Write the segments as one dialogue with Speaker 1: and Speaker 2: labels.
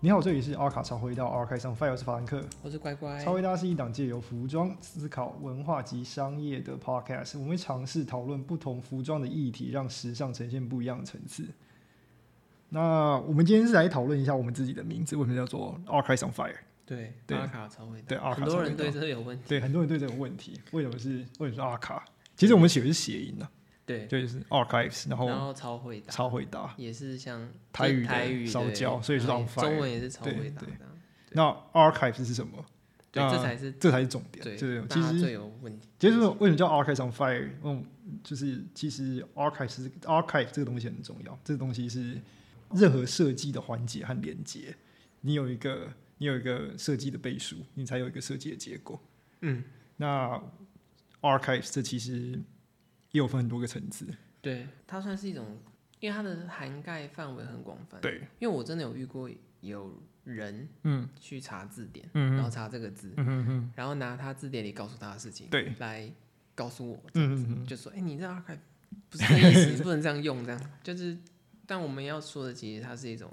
Speaker 1: 你好，这里是阿卡超回到阿开上 fire，我是法兰克。
Speaker 2: 我是乖乖。
Speaker 1: 超回答是一档借由服装思考文化及商业的 podcast，我们会尝试讨论不同服装的议题，让时尚呈现不一样的层次。那我们今天是来讨论一下我们自己的名字为什么叫做 Archives on Fire？
Speaker 2: 对，
Speaker 1: 对
Speaker 2: 阿卡超会打
Speaker 1: 对阿卡
Speaker 2: 很
Speaker 1: 超
Speaker 2: 多
Speaker 1: 会
Speaker 2: 人
Speaker 1: 打
Speaker 2: 对这个有问题。
Speaker 1: 对，很多人对这个问题，为什么是为什么是阿卡？其实我们写的是谐音啊，
Speaker 2: 对，
Speaker 1: 就是 Archives，然
Speaker 2: 然
Speaker 1: 后
Speaker 2: 后超会打，
Speaker 1: 超会打。
Speaker 2: 也是像
Speaker 1: 台语的
Speaker 2: 台语
Speaker 1: 烧焦所以是
Speaker 2: 然后
Speaker 1: on fire
Speaker 2: 中文也是超
Speaker 1: 对
Speaker 2: 会打
Speaker 1: 对
Speaker 2: 的。啊
Speaker 1: 那 Archives 是什么？
Speaker 2: 对，
Speaker 1: 那
Speaker 2: 这才是
Speaker 1: 这才是重点。
Speaker 2: 对
Speaker 1: 就是
Speaker 2: 大
Speaker 1: 其
Speaker 2: 家
Speaker 1: 实
Speaker 2: 最有问题。
Speaker 1: 其实为什么叫 archives on fire？嗯，就是其实 archives 是 archive 这个东西很重要，这个东西是任何设计的环节和连接，你有一个你有一个设计的背书，你才有一个设计的结果。
Speaker 2: 嗯，
Speaker 1: 那 archives 这其实也有分很多个层次，
Speaker 2: 对，它算是一种，因为它的涵盖范围很广泛。，
Speaker 1: 对，
Speaker 2: 因为我真的有遇过有人
Speaker 1: 嗯
Speaker 2: 去查字典，然
Speaker 1: 嗯
Speaker 2: 后查这个字，
Speaker 1: 嗯嗯嗯
Speaker 2: 然后拿他字典里告诉他的事情，
Speaker 1: 对，
Speaker 2: 来告诉我，这样子，
Speaker 1: 嗯嗯，
Speaker 2: 就说，哎、你这 archive 不是这个意思，你不能这样用，这样就是，但我们要说的其实它是一种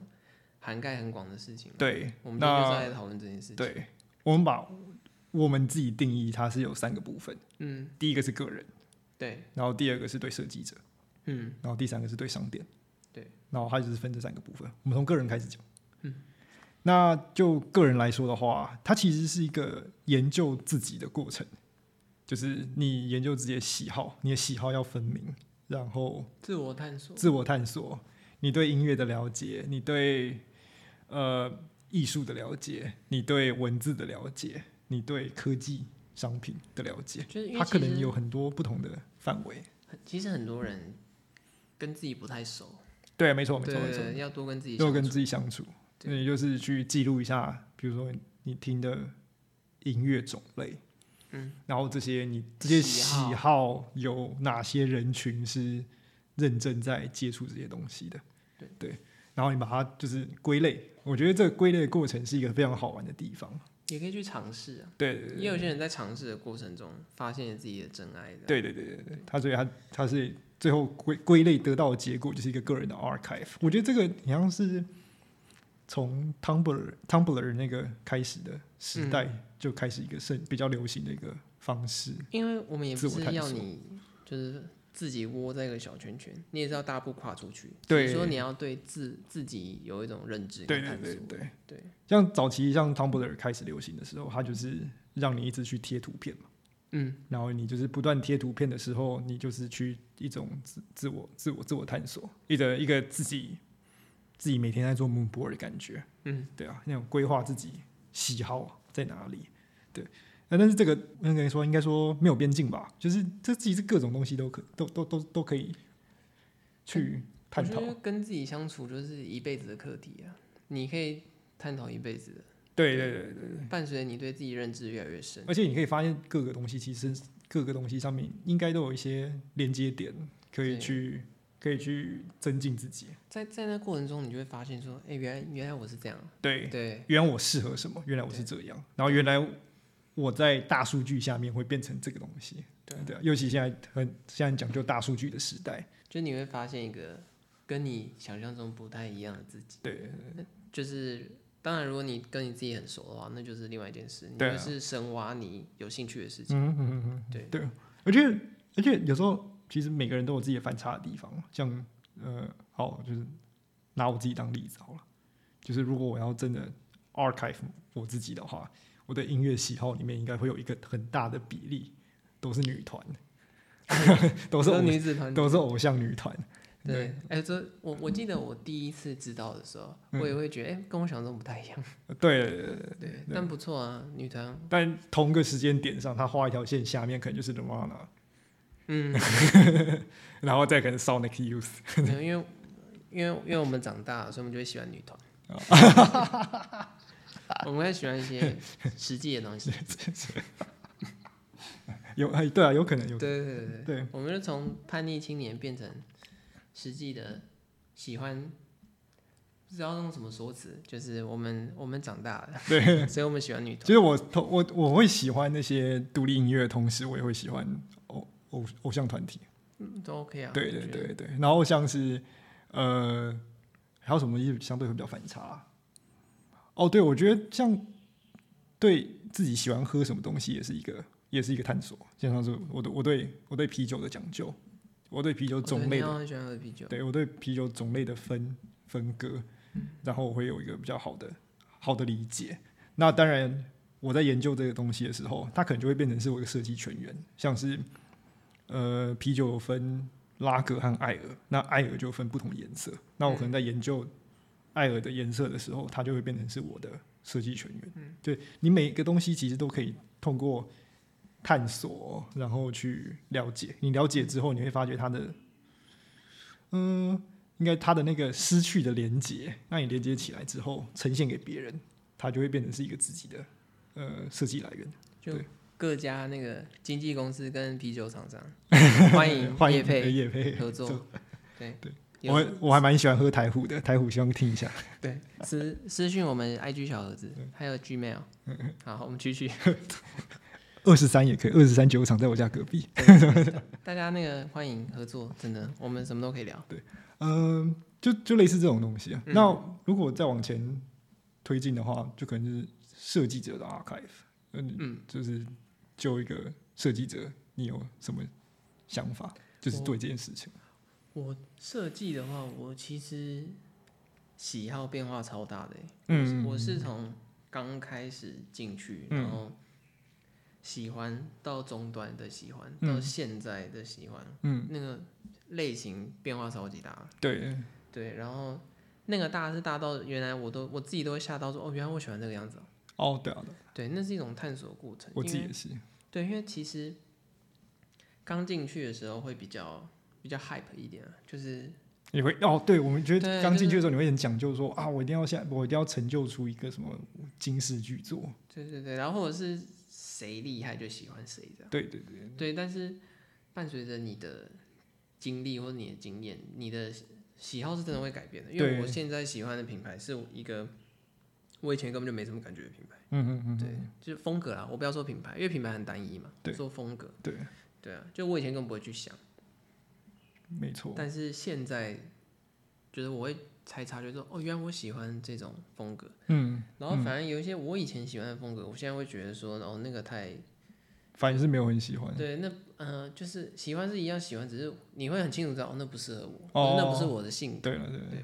Speaker 2: 涵盖很广的事情嘛，
Speaker 1: 对，
Speaker 2: 我们今天就是
Speaker 1: 那
Speaker 2: 在讨论这件事情，
Speaker 1: 对，我们把我们自己定义它是有三个部分，
Speaker 2: 嗯，
Speaker 1: 第一个是个人，
Speaker 2: 对，
Speaker 1: 然后第二个是对设计者。
Speaker 2: 嗯，
Speaker 1: 然后第三个是对商店，
Speaker 2: 对，
Speaker 1: 然后它就是分这三个部分。我们从个人开始讲，嗯，那就个人来说的话，它其实是一个研究自己的过程，就是你研究自己的喜好，你的喜好要分明，然后
Speaker 2: 自我探索，
Speaker 1: 自我探索，你对音乐的了解，你对呃艺术的了解，你对文字的了解，你对科技商品的了解，
Speaker 2: 就是因为
Speaker 1: 它可
Speaker 2: 其
Speaker 1: 能
Speaker 2: 实
Speaker 1: 有很多不同的范围。
Speaker 2: 很其实很多人跟自己不太熟，
Speaker 1: 对，没错，没
Speaker 2: 对
Speaker 1: 错，没
Speaker 2: 对
Speaker 1: 错。
Speaker 2: 对，要多跟自己
Speaker 1: 就
Speaker 2: 相
Speaker 1: 跟
Speaker 2: 处，
Speaker 1: 自己相处，
Speaker 2: 对
Speaker 1: 那也就是去记录一下，比如说你听的音乐种类，
Speaker 2: 嗯，
Speaker 1: 然后这些你这些
Speaker 2: 喜
Speaker 1: 喜
Speaker 2: 好
Speaker 1: 好有哪些人群是认真在接触这些东西的，
Speaker 2: 对
Speaker 1: 然后你把它就是归类，我觉得这个归类的过程是一个非常好玩的地方，
Speaker 2: 也可以去尝试啊，
Speaker 1: 对对
Speaker 2: 也有些人在尝试的过程中发现了自己的真爱的，
Speaker 1: 对对对对对，他所以他他是最后归归类得到的结果就是一个个人的 archive，我觉得这个好像是。从 Tumblr Tumblr 那个开始的时代就开始一个盛比较流行的一个方式，
Speaker 2: 因为我们也
Speaker 1: 自
Speaker 2: 不
Speaker 1: 我
Speaker 2: 是
Speaker 1: 探
Speaker 2: 要
Speaker 1: 索
Speaker 2: 你就是自己窝在一个小圈圈，你也是要大步跨出去。
Speaker 1: 对
Speaker 2: 只是说你要对自自己有一种认知
Speaker 1: 对对
Speaker 2: 跟探索。
Speaker 1: 对对。
Speaker 2: 对
Speaker 1: 像早期像 Tumblr 开始流行的时候，它就是让你一直去贴图片嘛，
Speaker 2: 嗯，
Speaker 1: 然后你就是不断贴图片的时候，你就是去一种自自我自我自我探索，一个一个自己自己每天在做 moon board 的感觉，
Speaker 2: 嗯，
Speaker 1: 对啊，那种规划自己喜好在哪里，对。那但是这个那个说应该说没有边境吧，就是这其实各种东西都可都都都都可以去探讨
Speaker 2: 我觉，得跟自己相处就是一辈子的课题啊，你可以探讨一辈子的，
Speaker 1: 对对对对。
Speaker 2: 伴随着你对自己认知越来越深。
Speaker 1: 而且你可以发现各个东西，其实各个东西上面应该都有一些连接点，可以
Speaker 2: 对
Speaker 1: 去可以去增进自己。
Speaker 2: 在在那过程中，你就会发现说，哎、原来原来我是这样。
Speaker 1: 对，
Speaker 2: 对
Speaker 1: 原来我适合什么，原来我是这样，然后原来我在大数据下面会变成这个东西。
Speaker 2: 对，
Speaker 1: 对啊，尤其现在很现在讲究大数据的时代，
Speaker 2: 就你会发现一个跟你想象中不太一样的自己。
Speaker 1: 对，
Speaker 2: 就是当然，如果你跟你自己很熟的话，那就是另外一件事。你
Speaker 1: 对啊
Speaker 2: 就是深挖你有兴趣的事情。
Speaker 1: 嗯嗯嗯嗯，
Speaker 2: 对
Speaker 1: 对，而且而且有时候其实每个人都有自己的反差的地方，像呃，好，就是拿我自己当例子好了，就是如果我要真的 archive 我自己的话，我的音乐喜好里面应该会有一个很大的比例都是女团， 都是
Speaker 2: 说
Speaker 1: 偶
Speaker 2: 女子团体
Speaker 1: 都是偶像女团，
Speaker 2: 对，哎、这我我记得我第一次知道的时候，
Speaker 1: 嗯
Speaker 2: 我也会觉得，哎、跟我想象中不太一样。
Speaker 1: 对，
Speaker 2: 对，但不错啊，女团，
Speaker 1: 但同个时间点上，他画一条线，下面可能就是 Nirvana，
Speaker 2: 嗯，
Speaker 1: 然后再可能 Sonic Youth，
Speaker 2: 没有，因为因为因为我们长大了，所以我们就会喜欢女团。
Speaker 1: 哦
Speaker 2: 我们会喜欢一些实际的东西。
Speaker 1: 有哎，对啊，有可能有
Speaker 2: 对对对对
Speaker 1: 对
Speaker 2: 对，我们就从叛逆青年变成实际的喜欢，不知道用什么说辞，就是我们我们长大了，对， 所以我们喜欢女团。
Speaker 1: 就是我同我我会喜欢那些独立音乐，的同时我也会喜欢偶偶偶像团体。
Speaker 2: 嗯都 OK 啊，
Speaker 1: 对
Speaker 2: 我
Speaker 1: 对
Speaker 2: 觉得，
Speaker 1: 对对，然后像是呃，还有什么相对会比较反差？哦，对，我觉得像对自己喜欢喝什么东西也是一个，也是一个探索。就像是我对我对我对啤酒的讲究，我对啤酒种类
Speaker 2: 我昨天
Speaker 1: 的，
Speaker 2: 晚上很喜欢喝啤酒，嗯
Speaker 1: 对我对啤酒种类的分分割，然后我会有一个比较好的好的理解。那当然，我在研究这个东西的时候，它可能就会变成是我一个设计全员，像是呃啤酒有分拉格和艾尔，那艾尔就分不同颜色。那我可能在研究艾尔的颜色的时候，它就会变成是我的设计全员。嗯、对你每个东西其实都可以通过探索，然后去了解。你了解之后，你会发觉它的，嗯、应该它的那个失去的连接，让你连接起来之后，呈现给别人，它就会变成是一个自己的呃设计来源。
Speaker 2: 就
Speaker 1: 对
Speaker 2: 各家那个经纪公司跟啤酒 厂商欢迎
Speaker 1: 呃欢迎
Speaker 2: 嗯叶配
Speaker 1: 叶配
Speaker 2: 合作，对
Speaker 1: 对，
Speaker 2: 有
Speaker 1: 我还我还蛮喜欢喝台虎的，台虎希望听一下。
Speaker 2: 对私私讯我们 IG 小盒子，还 有 Gmail，好，我们继续。
Speaker 1: 二十三也可以，二十三酒厂在我家隔壁。
Speaker 2: 大家那个欢迎合作，真的，我们什么都可以聊。
Speaker 1: 嗯，就就类似这种东西啊。
Speaker 2: 嗯
Speaker 1: 那如果再往前推进的话，就可能就是设计者的 archive。嗯
Speaker 2: 嗯，
Speaker 1: 就是就一个设计者，你有什么想法？就是对这件事情。
Speaker 2: 我设计的话，我其实喜好变化超大的欸、
Speaker 1: 嗯
Speaker 2: 我是从刚开始进去，
Speaker 1: 嗯
Speaker 2: 然后喜欢到中端的喜欢，
Speaker 1: 嗯
Speaker 2: 到现在的喜欢，
Speaker 1: 嗯，
Speaker 2: 那个类型变化超级大。
Speaker 1: 对，
Speaker 2: 对，然后那个大是大到原来我都我自己都会吓到说，哦，原来我喜欢这个样子、哦。
Speaker 1: 哦，对啊，
Speaker 2: 对，那是一种探索过程。
Speaker 1: 我
Speaker 2: 因
Speaker 1: 自己
Speaker 2: 为
Speaker 1: 也是。
Speaker 2: 对，因为其实刚进去的时候会比较比较 hype 一点、啊，就是
Speaker 1: 你会哦，对，我们觉
Speaker 2: 对
Speaker 1: 得刚进去的时候，你会很讲究说啊，我一定要现在，我一定要成就出一个什么惊世巨作。
Speaker 2: 对对对，然后或者是谁厉害就喜欢谁这样。
Speaker 1: 对对对，
Speaker 2: 对，但是伴随着你的经历或者你的经验，你的喜好是真的会改变的。因为
Speaker 1: 对
Speaker 2: 我现在喜欢的品牌是一个我以前根本就没什么感觉的品牌，
Speaker 1: 嗯嗯嗯，
Speaker 2: 对，就是风格啦。我不要说品牌，因为品牌很单一嘛，
Speaker 1: 对
Speaker 2: 说风格，
Speaker 1: 对，
Speaker 2: 对啊，就我以前根本不会去想，
Speaker 1: 没错。
Speaker 2: 但是现在就是我会才察觉说，哦，原来我喜欢这种风格。
Speaker 1: 嗯，
Speaker 2: 然后反而有一些我以前喜欢的风格，我现在会觉得说，哦，那个太
Speaker 1: 反正是没有很喜欢。
Speaker 2: 对，那呃，就是喜欢是一样喜欢，只是你会很清楚知道，哦，那不适合我，
Speaker 1: 哦
Speaker 2: 那不是我的性格。
Speaker 1: 对了，对了
Speaker 2: 对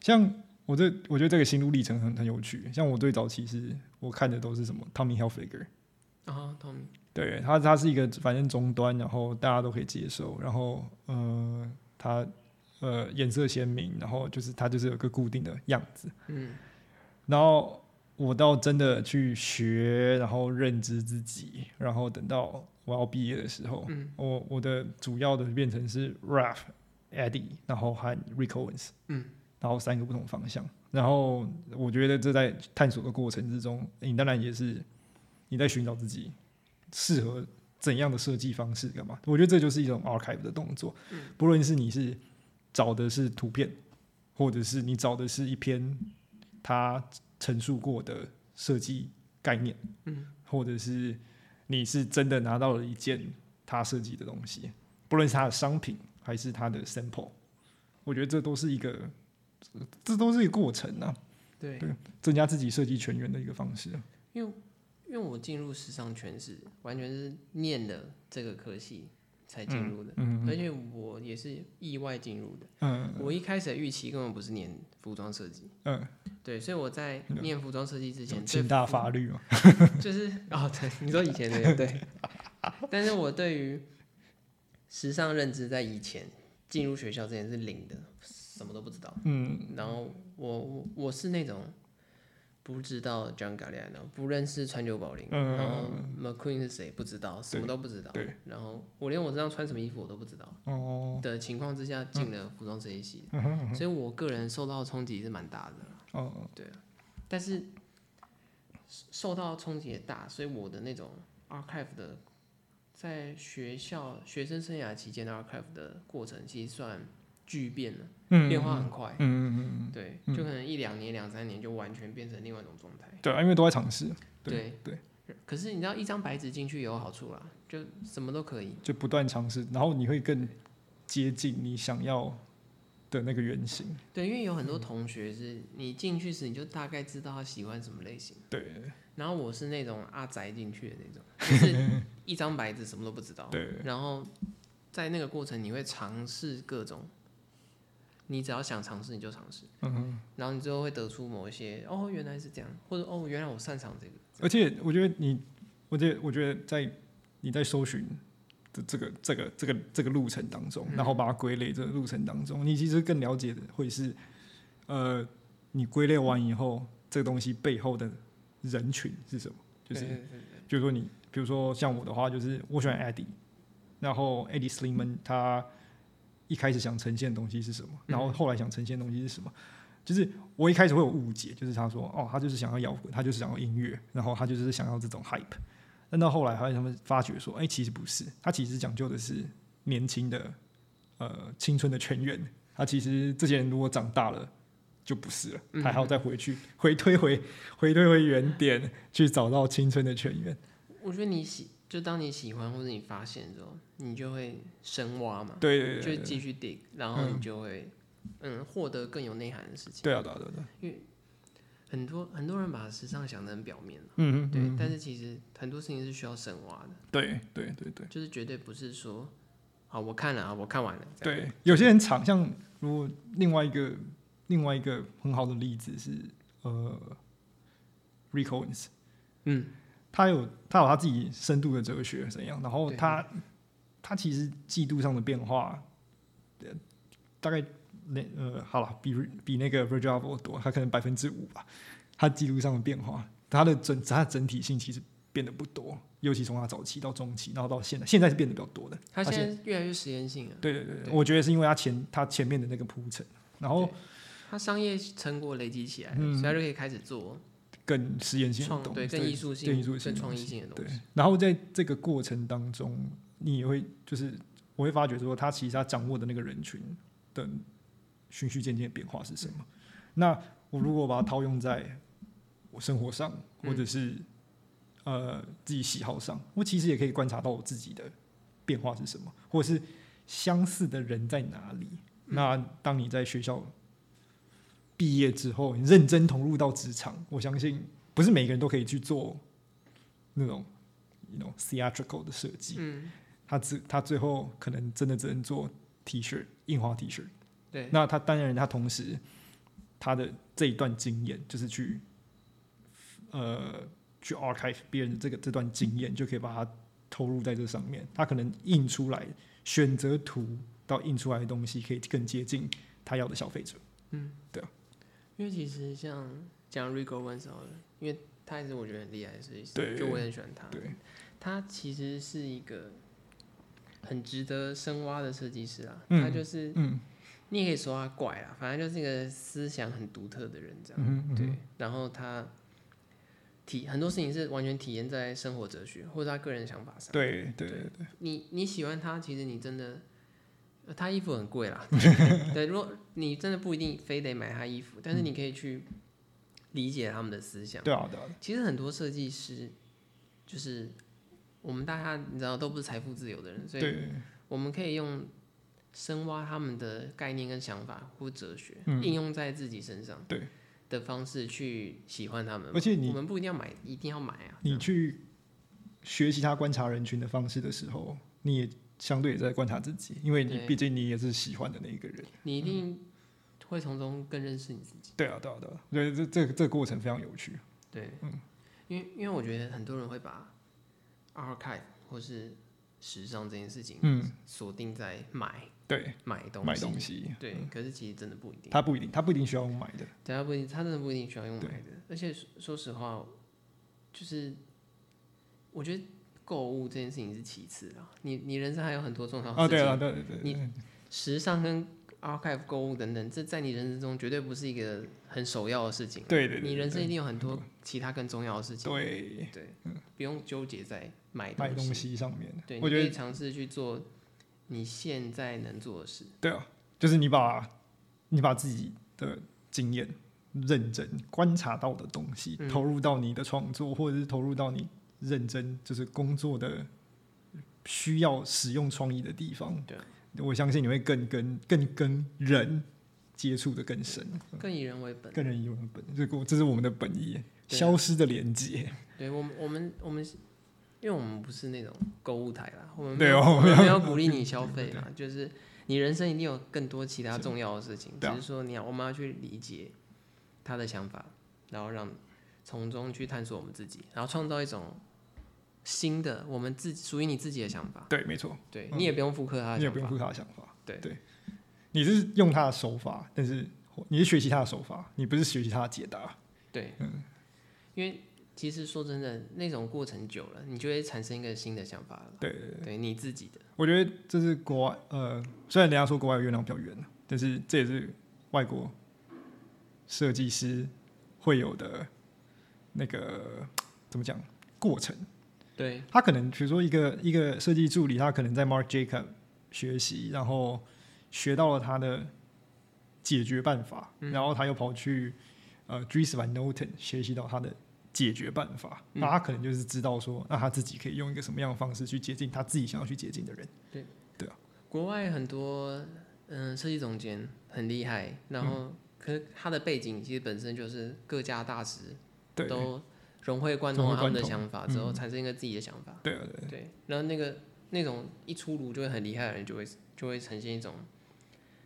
Speaker 1: 像我这，我觉得这个心路历程很很有趣。像我最早期是我看的都是什么 Tommy Hilfiger，
Speaker 2: 啊，Tommy，
Speaker 1: 对他，他是一个反正终端，然后大家都可以接受，然后呃，他呃颜色鲜明，然后就是他就是有个固定的样子。
Speaker 2: 嗯，
Speaker 1: 然后我到真的去学，然后认知自己，然后等到我要毕业的时候，
Speaker 2: 嗯
Speaker 1: 我我的主要的变成是 Raf、Eddie，然后和 Rick Owens，
Speaker 2: 嗯，
Speaker 1: 然后三个不同方向。然后我觉得这在探索的过程之中，你当然也是你在寻找自己适合怎样的设计方式干嘛？我觉得这就是一种 archive 的动作，不论是你是找的是图片，或者是你找的是一篇他陈述过的设计概念，
Speaker 2: 嗯，
Speaker 1: 或者是你是真的拿到了一件他设计的东西，不论是他的商品还是他的 sample，我觉得这都是一个，这这都是一个过程啊，
Speaker 2: 对，
Speaker 1: 增加自己设计全员的一个方式啊。
Speaker 2: 因为因为我进入时尚圈是完全是念了这个科系才进入的，
Speaker 1: 嗯
Speaker 2: 而且我也是意外进入的。
Speaker 1: 嗯
Speaker 2: 我一开始的预期根本不是念服装设计，
Speaker 1: 嗯，
Speaker 2: 对，所以我在念服装设计之前，对
Speaker 1: 清大法律嘛，
Speaker 2: 就是哦，对，你说以前的对， 但是我对于时尚认知在以前进入学校之前是零的，什么都不知道。
Speaker 1: 嗯，
Speaker 2: 然后我我我是那种不知道 John Galliano，不认识川久保玲，
Speaker 1: 嗯
Speaker 2: 然后 McQueen 是谁不知道，什么都不知道。
Speaker 1: 对
Speaker 2: 然后我连我身上穿什么衣服我都不知道
Speaker 1: 哦，
Speaker 2: 的情况之下进了服装设计系，
Speaker 1: 嗯哼，
Speaker 2: 所以我个人受到的冲击是蛮大的。啊
Speaker 1: 哦，
Speaker 2: 但是受到冲击也大，所以我的那种 archive 的，在学校学生生涯期间的 archive 的过程，其实算巨变了，
Speaker 1: 嗯，
Speaker 2: 变化很快
Speaker 1: 嗯，，嗯嗯嗯，
Speaker 2: 对，就可能一两年、两三年就完全变成另外一种状态。
Speaker 1: 对啊，因为都在尝试，
Speaker 2: 对
Speaker 1: 对，
Speaker 2: 可是你知道，一张白纸进去有好处啦，就什么都可以。
Speaker 1: 就不断尝试，然后你会更接近你想要的那个原型。
Speaker 2: 对，因为有很
Speaker 1: 嗯
Speaker 2: 多同学是你进去时你就大概知道他喜欢什么类型，
Speaker 1: 对
Speaker 2: 然后我是那种阿宅进去的那种， 就是一张白纸什么都不知道。
Speaker 1: 对
Speaker 2: 然后在那个过程，你会尝试各种，你只要想尝试你就尝试，
Speaker 1: 嗯哼，
Speaker 2: 然后你最后会得出某一些哦原来是这样，或者哦原来我擅长这个。
Speaker 1: 而且我觉得你，我觉得我觉得在你在搜寻的这个这个这个这个路程当中，然后把它归类这个路程当中，你其实更了解的会是，呃，你归类完以后，这个东西背后的人群是什么？就是
Speaker 2: 对对对
Speaker 1: 比如说你，比如说像我的话，就是我喜欢 Eddie，然后 Eddie Slimman 他一开始想呈现的东西是什么，然后后来想呈现的东西是什么，就是我一开始会有误解，就是他说哦，他就是想要摇滚，他就是想要音乐，然后他就是想要这种 hype，但到后来发现他们发觉说，哎、其实不是，他其实讲究的是年轻的呃青春的全员，他其实这些人如果长大了。就不是了，他还要再回去回推回回推回原点，去找到青春的全员。
Speaker 2: 我觉得你喜就当你喜欢或者你发现之后，你就会深挖嘛，
Speaker 1: 对对对
Speaker 2: 就
Speaker 1: 对
Speaker 2: 继续 dig，然后你就会嗯获得更有内涵的事情。
Speaker 1: 对啊，对啊，对啊对啊，
Speaker 2: 很多很多人把时尚想得很表面，
Speaker 1: 嗯嗯，
Speaker 2: 对，
Speaker 1: 嗯
Speaker 2: 但是其实很多事情是需要深挖的，
Speaker 1: 对对对对
Speaker 2: 就是绝对不是说好我看了啊，我看完了，这样
Speaker 1: 对，有些人场像如果另外一个另外一个很好的例子是呃，Rick Owens，
Speaker 2: 嗯，
Speaker 1: 他有他有他自己深度的哲学怎样，然后
Speaker 2: 对
Speaker 1: 他他其实季度上的变化，呃大概那呃好了，比比那个 Virgil a b l o 多，他可能百分之五吧，他季度上的变化，他的整他的整体性其实变得不多，尤其从他早期到中期，然后到现在，现在是变得比较多的。
Speaker 2: 他
Speaker 1: 而且
Speaker 2: 现在越来越实验性了，
Speaker 1: 对对对，
Speaker 2: 对
Speaker 1: 我觉得是因为他前他前面的那个铺陈，然后
Speaker 2: 对他商业成果累积起来了，
Speaker 1: 嗯
Speaker 2: 所以他就可以开始做
Speaker 1: 更实验性
Speaker 2: 创
Speaker 1: 的东
Speaker 2: 对
Speaker 1: 西，
Speaker 2: 更艺术性、
Speaker 1: 更艺术性
Speaker 2: 更
Speaker 1: 的
Speaker 2: 创
Speaker 1: 东
Speaker 2: 意
Speaker 1: 西，
Speaker 2: 性的
Speaker 1: 对
Speaker 2: 东西。。
Speaker 1: 然后在这个过程当中，你也会就是我会发觉说，他其实他掌握的那个人群的循序渐进的变化是什
Speaker 2: 嗯
Speaker 1: 么。那我如果把它套用在我生活上，或者是、
Speaker 2: 嗯
Speaker 1: 呃自己喜好上，我其实也可以观察到我自己的变化是什么，或者是相似的人在哪里。
Speaker 2: 嗯
Speaker 1: 那当你在学校毕业之后，你认真投入到职场，我相信不是每个人都可以去做那种那种 theatrical 的设计。
Speaker 2: 嗯，
Speaker 1: 他只他最后可能真的只能做 T 恤，印花 T 恤。
Speaker 2: 对，
Speaker 1: 那他当然，他同时他的这一段经验，就是去呃去 archive 别人的这个这段经验，就可以把它投入在这上面。他可能印出来选择图到印出来的东西，可以更接近他要的消费者。
Speaker 2: 因为其实像讲 Rigo w e n s 好了，因为他也是我觉得很厉害的设计
Speaker 1: 对
Speaker 2: 师，就我也很喜欢他。
Speaker 1: 对，
Speaker 2: 他其实是一个很值得深挖的设计师啊，
Speaker 1: 嗯
Speaker 2: 他就是
Speaker 1: 嗯
Speaker 2: 你也可以说他怪啦，反正就是一个思想很独特的人这样。
Speaker 1: 嗯嗯，
Speaker 2: 对，然后他体很多事情是完全体验在生活哲学或者他个人想法上。
Speaker 1: 对对对对，
Speaker 2: 你你喜欢他，其实你真的，呃他衣服很 贵啦。对，如果你真的不一定非得买他衣服，但是你可以去理解他们的思想。
Speaker 1: 嗯对啊对啊，
Speaker 2: 其实很多设计师，就是我们大家你知道都不是财富自由的人，所以
Speaker 1: 对
Speaker 2: 我们可以用深挖他们的概念跟想法或哲学，
Speaker 1: 嗯
Speaker 2: 应用在自己身上，
Speaker 1: 对
Speaker 2: 的方式去喜欢他们嘛。
Speaker 1: 而且
Speaker 2: 我
Speaker 1: 你
Speaker 2: 们不一定要买，一定要买啊。
Speaker 1: 你去学习他观察人群的方式的时候，你也相对也在观察自己，因为你
Speaker 2: 对
Speaker 1: 毕竟你也是喜欢的那一个人。
Speaker 2: 你一定会从中更认识你自己。
Speaker 1: 对啊，对啊，对啊，我觉得这这个这个过程非常有趣。
Speaker 2: 对，因为因为我觉得很多人会把 archive 或是时尚这件事情
Speaker 1: 嗯，
Speaker 2: 锁定在买
Speaker 1: 对，
Speaker 2: 买东西，
Speaker 1: 买东西，嗯
Speaker 2: 对，可是其实真的不一定。
Speaker 1: 他不一定，他不一定需要用买的。
Speaker 2: 对他不一定，他真的不一定需要用买
Speaker 1: 对
Speaker 2: 的。而且说说实话，就是我觉得购物这件事情是其次啦，你你人生还有很多重要
Speaker 1: 啊，
Speaker 2: 的事
Speaker 1: 对
Speaker 2: 情，
Speaker 1: 啊，对对对，
Speaker 2: 你时尚跟 archive 购物等等，这在你人生中绝对不是一个很首要的事情。
Speaker 1: 对对对
Speaker 2: 你人生
Speaker 1: 对
Speaker 2: 一定有很多其他更重要的事情，
Speaker 1: 对
Speaker 2: 对，不用纠结在买
Speaker 1: 买东
Speaker 2: 西。
Speaker 1: 西上面
Speaker 2: 对，，
Speaker 1: 我
Speaker 2: 你
Speaker 1: 觉
Speaker 2: 可
Speaker 1: 得
Speaker 2: 以尝试去做你现在能做的事。
Speaker 1: 对啊，就是你把你把自己的经验、认真观察到的东西，
Speaker 2: 嗯
Speaker 1: 投入到你的创作，或者是投入到你认真就是工作的需要使用创意的地方。
Speaker 2: 对啊
Speaker 1: 我相信你会更跟更跟人接触的更深，
Speaker 2: 更以人为本。
Speaker 1: 更人以为本，这个这是我们的本意，
Speaker 2: 对啊
Speaker 1: 消失的连接。
Speaker 2: 对我们，我们，我们，因为我们不是那种购物台啦，我们没
Speaker 1: 对
Speaker 2: 有
Speaker 1: 哦
Speaker 2: 我们没有鼓励你 消费啦，就是你人生一定有更多其他
Speaker 1: 是
Speaker 2: 重要的事情，只
Speaker 1: 对啊
Speaker 2: 是说你要我们要去理解他的想法，然后让从中去探索我们自己，然后创造一种新的我们自己属于你自己的想法。
Speaker 1: 对，没错，
Speaker 2: 对
Speaker 1: 嗯
Speaker 2: 你也不用复刻他的
Speaker 1: 你也
Speaker 2: 想
Speaker 1: 不用
Speaker 2: 法，
Speaker 1: 顾他的想法。
Speaker 2: 对
Speaker 1: 对，你是用他的手法，但是你是学习他的手法，你不是学习他的解答。
Speaker 2: 对，
Speaker 1: 嗯
Speaker 2: 因为其实说真的，那种过程久了，你就会产生一个新的想法了。
Speaker 1: 对对对
Speaker 2: 对你自己的，
Speaker 1: 我觉得这是国外，呃，虽然人家说国外的月亮比较圆，但是这也是外国设计师会有的那个怎么讲过程。
Speaker 2: 对
Speaker 1: 他可能比如说一个一个设计助理，他可能在 Mark Jacob 学习，然后学到了他的解决办法，
Speaker 2: 嗯
Speaker 1: 然后他又跑去呃 Dries Van Noten 学习到他的解决办法，
Speaker 2: 嗯
Speaker 1: 那他可能就是知道说，那他自己可以用一个什么样的方式去接近他自己想要去接近的人。
Speaker 2: 国外很多嗯设计总监很厉害，然后、
Speaker 1: 嗯
Speaker 2: 可是他的背景其实本身就是各家大师
Speaker 1: 对，
Speaker 2: 都融会贯通了
Speaker 1: 融会贯
Speaker 2: 他们的
Speaker 1: 通
Speaker 2: 想法之后，
Speaker 1: 嗯
Speaker 2: 产生一个自己的想法。
Speaker 1: 对啊，对啊，
Speaker 2: 对，然后那个那种一出炉就会很厉害的人，就会就会呈现一种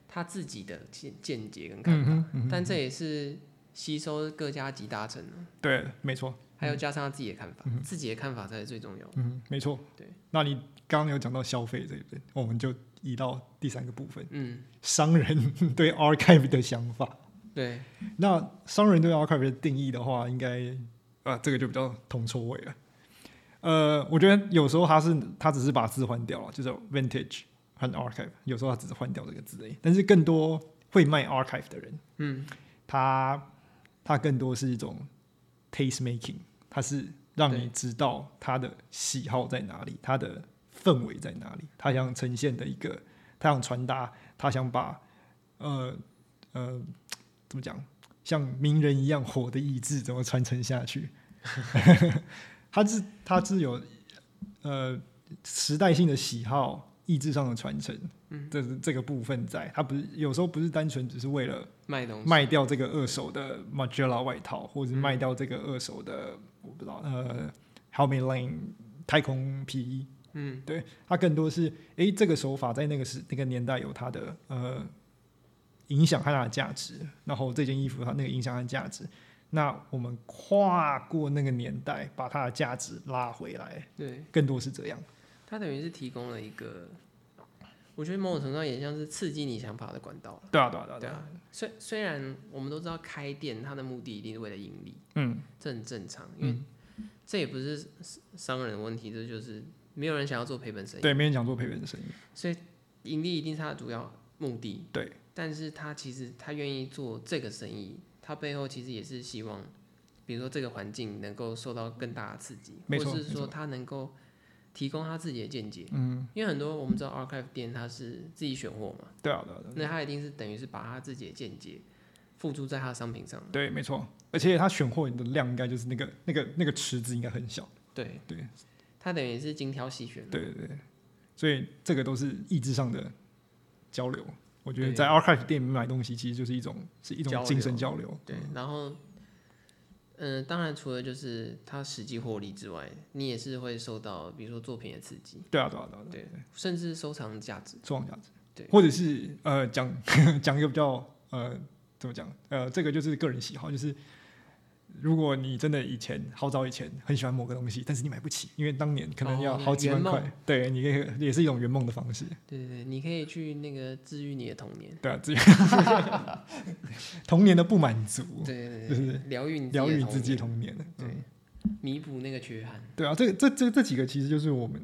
Speaker 2: 他自己的见见解跟看法，
Speaker 1: 嗯哼嗯哼
Speaker 2: 但这也是吸收各家集大成啊，
Speaker 1: 对，没错，
Speaker 2: 还有加上他自己的看法，自己的看法才是最重要的。
Speaker 1: 嗯，没错。
Speaker 2: 对，
Speaker 1: 那你刚刚有讲到消费这一边，我们就移到第三个部分，
Speaker 2: 嗯，
Speaker 1: 商人对 archive 的想法。
Speaker 2: 对，
Speaker 1: 那商人对 archive 的定义的话，应该啊，这个就比较铜臭味了。呃，我觉得有时候他是他只是把字换掉了，就是 vintage 和 archive，有时候他只是换掉这个字而已。但是更多会卖 archive 的人，
Speaker 2: 嗯，
Speaker 1: 他他更多是一种 taste making，他是让你
Speaker 2: 对
Speaker 1: 知道他的喜好在哪里，他的氛围在哪里，他想呈现的一个，他想传达，他想把呃呃怎么讲，像名人一样火的意志怎么传承下去？他是他是有呃时代性的喜好。意志上的传承，
Speaker 2: 嗯
Speaker 1: 这是这个部分在，他不是有时候不是单纯只是为了
Speaker 2: 卖东西，
Speaker 1: 卖掉这个二手的 m a g e l l a 外套，或者是卖掉这个二手的，我不知道呃 Helmet Lane 太空皮衣，
Speaker 2: 嗯，
Speaker 1: 对，它更多是诶，这个手法在那个时那个年代有它的呃影响和它的价值，然后这件衣服它那个影响和价值，那我们跨过那个年代，把它的价值拉回来，
Speaker 2: 对。
Speaker 1: 更多是这样，
Speaker 2: 它等于是提供了一个，我觉得某种程度上也像是刺激你想法的管道了。
Speaker 1: 对啊对啊对啊
Speaker 2: 对啊，虽虽然我们都知道开店它的目的一定是为了盈利，
Speaker 1: 嗯，
Speaker 2: 这很正常，因为这也不是商商人的问题，这就是没有人想要做赔本生意，
Speaker 1: 对，没人讲做陪伴的生意，
Speaker 2: 所以盈利一定是它的主要目的。
Speaker 1: 对，
Speaker 2: 但是他其实他愿意做这个生意，他背后其实也是希望，比如说这个环境能够受到更大的刺激，
Speaker 1: 没
Speaker 2: 或
Speaker 1: 错
Speaker 2: 是
Speaker 1: 没错
Speaker 2: 说他能够提供他自己的见解。嗯，因为很多我们知道 archive 店它是自己选货嘛，
Speaker 1: 对啊对啊对啊
Speaker 2: 那他一定是等于是把他自己的见解付诸在他的商品上。
Speaker 1: 对，没错，而且它选货的量应该就是那个那个那个池子应该很小，
Speaker 2: 对
Speaker 1: 对，
Speaker 2: 他等于是精挑细选。
Speaker 1: 对对对，所以这个都是意志上的交流。我觉得
Speaker 2: 对
Speaker 1: 在 archive 店买东西，其实就是一种是一
Speaker 2: 交
Speaker 1: 种
Speaker 2: 流
Speaker 1: 精神交流。
Speaker 2: 对，然后，嗯、当然除了就是他实际获利之外，你也是会受到比如说作品的刺激，
Speaker 1: 对啊，对啊，对啊，
Speaker 2: 对，甚至收藏价值。
Speaker 1: 收藏价值。
Speaker 2: 对
Speaker 1: 或者是呃讲 讲一个比较呃怎么讲呃，这个就是个人喜好，就是如果你真的以前好早以前很喜欢某个东西，但是你买不起，因为当年可能
Speaker 2: 哦
Speaker 1: 要
Speaker 2: 圆
Speaker 1: 好几万
Speaker 2: 圆梦
Speaker 1: 块，对你可以也是一种圆梦的方式。
Speaker 2: 对对对，你可以去那个治愈你的童年，
Speaker 1: 对啊，至于 童年的不满足，
Speaker 2: 对对
Speaker 1: 就
Speaker 2: 对
Speaker 1: 是
Speaker 2: 对，疗愈你
Speaker 1: 疗愈自己的
Speaker 2: 己的童
Speaker 1: 童年。嗯
Speaker 2: 年，对，弥补那个缺憾。
Speaker 1: 对啊，这这这这几个其实就是我们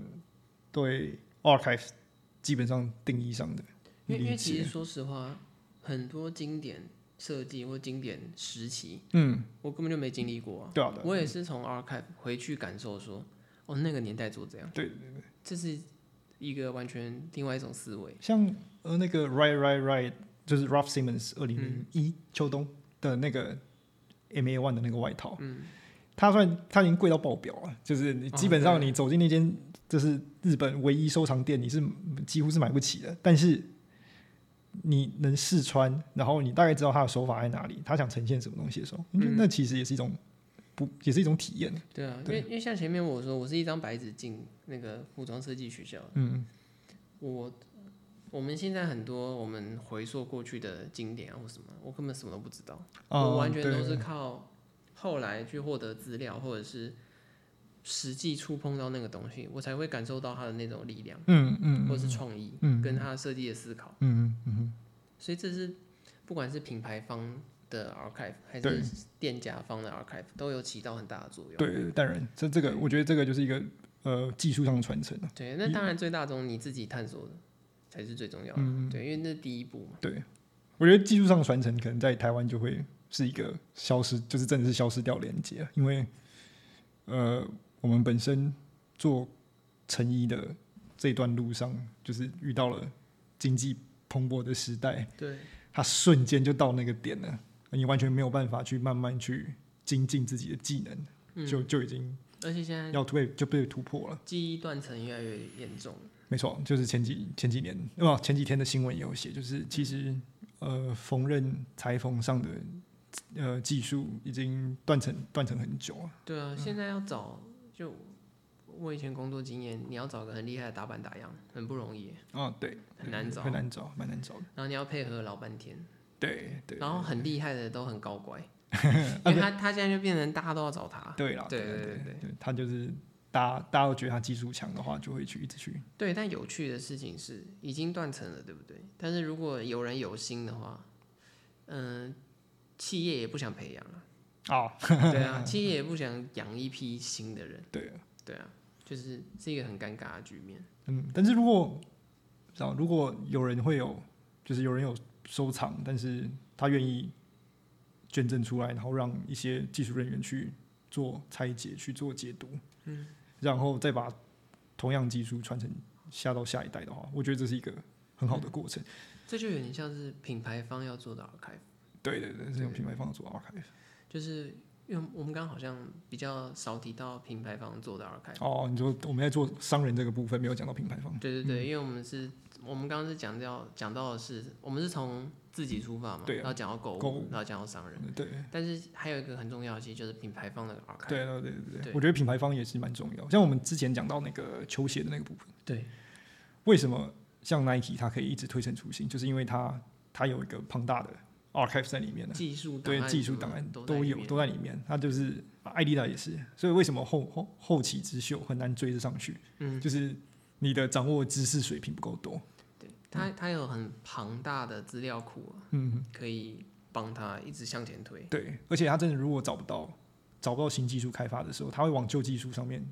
Speaker 1: 对 archive 基本上定义上的
Speaker 2: 因为因
Speaker 1: 理
Speaker 2: 为其实
Speaker 1: 解。
Speaker 2: 说实话，很多经典设计或经典时期，
Speaker 1: 嗯，
Speaker 2: 我根本就没经历过啊。
Speaker 1: 对啊，对啊
Speaker 2: 我也是从 archive 回去感受说，哦，那个年代做这样，
Speaker 1: 对对
Speaker 2: 这是一个完全另外一种思维。
Speaker 1: 像呃那个 Right Right Right 就是 Ralph Simmons 二零零
Speaker 2: 嗯
Speaker 1: 一秋冬的那个 MA One 的那个外套，
Speaker 2: 嗯，
Speaker 1: 它算它已经贵到爆表了，就是你
Speaker 2: 哦
Speaker 1: 基本上
Speaker 2: 对
Speaker 1: 你走进那间就是日本唯一收藏店，你是几乎是买不起的，但是。你能试穿，然后你大概知道他的手法在哪里，他想呈现什么东西的时候，我觉
Speaker 2: 嗯
Speaker 1: 得那其实也是一种不，也是一种体验。
Speaker 2: 对啊，因
Speaker 1: 对
Speaker 2: 为因为像前面我说，我是一张白纸进那个服装设计学校，
Speaker 1: 嗯
Speaker 2: 我我们现在很多我们回溯过去的经典啊或什么，我根本什么都不知道，
Speaker 1: 啊，
Speaker 2: 我完全
Speaker 1: 对
Speaker 2: 都是靠后来去获得资料或者是实际触碰到那个东西，我才会感受到它的那种力量，
Speaker 1: 嗯嗯
Speaker 2: 或者是创意，
Speaker 1: 嗯
Speaker 2: 跟它设计的思考，
Speaker 1: 嗯嗯嗯
Speaker 2: 所以这是不管是品牌方的 archive 还
Speaker 1: 对
Speaker 2: 是店家方的 archive 都有起到很大的作用。
Speaker 1: 嗯，对，当然这这个我觉得这个就是一个呃技术上的传承啊
Speaker 2: 对，那当然最大宗你自己探索的才是最重要的，对，因为那是第一步嘛。
Speaker 1: 对，我觉得技术上的传承可能在台湾就会是一个消失，就是真的是消失掉连接，啊因为呃，我们本身做成衣的这段路上，就是遇到了经济蓬勃的时代，
Speaker 2: 对，
Speaker 1: 它瞬间就到那个点了，你完全没有办法去慢慢去精进自己的技能，
Speaker 2: 嗯，
Speaker 1: 就就已经
Speaker 2: 而且现在
Speaker 1: 要被就被突破了。
Speaker 2: 记忆断层越来越严重，
Speaker 1: 没错，就是前几前几年，哦，前几天的新闻也有写，就是其实呃，缝纫裁缝上的呃技术已经断层断层很久了。
Speaker 2: 对啊，现在要找就我以前工作经验，你要找个很厉害的打板打样很不容易，
Speaker 1: 啊，对，
Speaker 2: 很难找，
Speaker 1: 很
Speaker 2: 然
Speaker 1: 难找，蛮难找的。
Speaker 2: 后你要配合老半天，
Speaker 1: 对对，
Speaker 2: 然后很厉害的都很高 乖，因为他他现在就变成大家都要找他，
Speaker 1: 对啦，
Speaker 2: 对
Speaker 1: 对
Speaker 2: 对对
Speaker 1: 对，他就是大家大家都觉得他技术强的话，就会去一直去。
Speaker 2: 对，但有趣的事情是，已经断层了，对不对？但是如果有人有心的话，嗯、企业也不想培养啊，
Speaker 1: 啊，
Speaker 2: 对啊，企业也不想养一批新的人，
Speaker 1: 对，
Speaker 2: 对啊，就是是一个很尴尬的局面。
Speaker 1: 嗯，但是如果不知道如果有人会有，就是有人有收藏，但是他愿意捐赠出来，然后让一些技术人员去做拆解、去做解读，嗯，然后再把同样技术传承下到下一代的话，我觉得这是一个很好的过程。
Speaker 2: 这就有点像是品牌方要做的 archive，
Speaker 1: 对对对，这种品牌方做 archive
Speaker 2: 就是因为我们刚刚好像比较少提到品牌方做的 archive。
Speaker 1: 哦，你说我们在做商人这个部分没有讲到品牌方，
Speaker 2: 对对对，因为我们是，我们刚刚是讲到讲到的是，我们是从自己出发嘛，
Speaker 1: 对啊
Speaker 2: 然后讲到购
Speaker 1: 购
Speaker 2: 物
Speaker 1: 物，
Speaker 2: 然后讲到商人。
Speaker 1: 对
Speaker 2: 但是还有一个很重要的，其实就是品牌方的 archive。
Speaker 1: 对对对对
Speaker 2: 对
Speaker 1: 对，我觉得品牌方也是蛮重要。像我们之前讲到那个球鞋的那个部分。
Speaker 2: 对
Speaker 1: 为什么像 Nike 它可以一直推陈出新，就是因为它它有一个庞大的 archive 在里面的，
Speaker 2: 技术档
Speaker 1: 对
Speaker 2: 案
Speaker 1: 技术
Speaker 2: 什么
Speaker 1: 档案
Speaker 2: 都在
Speaker 1: 都
Speaker 2: 里
Speaker 1: 有
Speaker 2: 面
Speaker 1: 都在里面。它就是艾迪达也是，所以为什么后后后起之秀很难追得上去？
Speaker 2: 嗯，
Speaker 1: 就是你的掌握知识水平不够多。
Speaker 2: 对，它它有很庞大的资料库、啊，
Speaker 1: 嗯，
Speaker 2: 可以帮他一直向前推，
Speaker 1: 对，而且它真的如果找不到找不到新技术开发的时候，它会往旧技术上面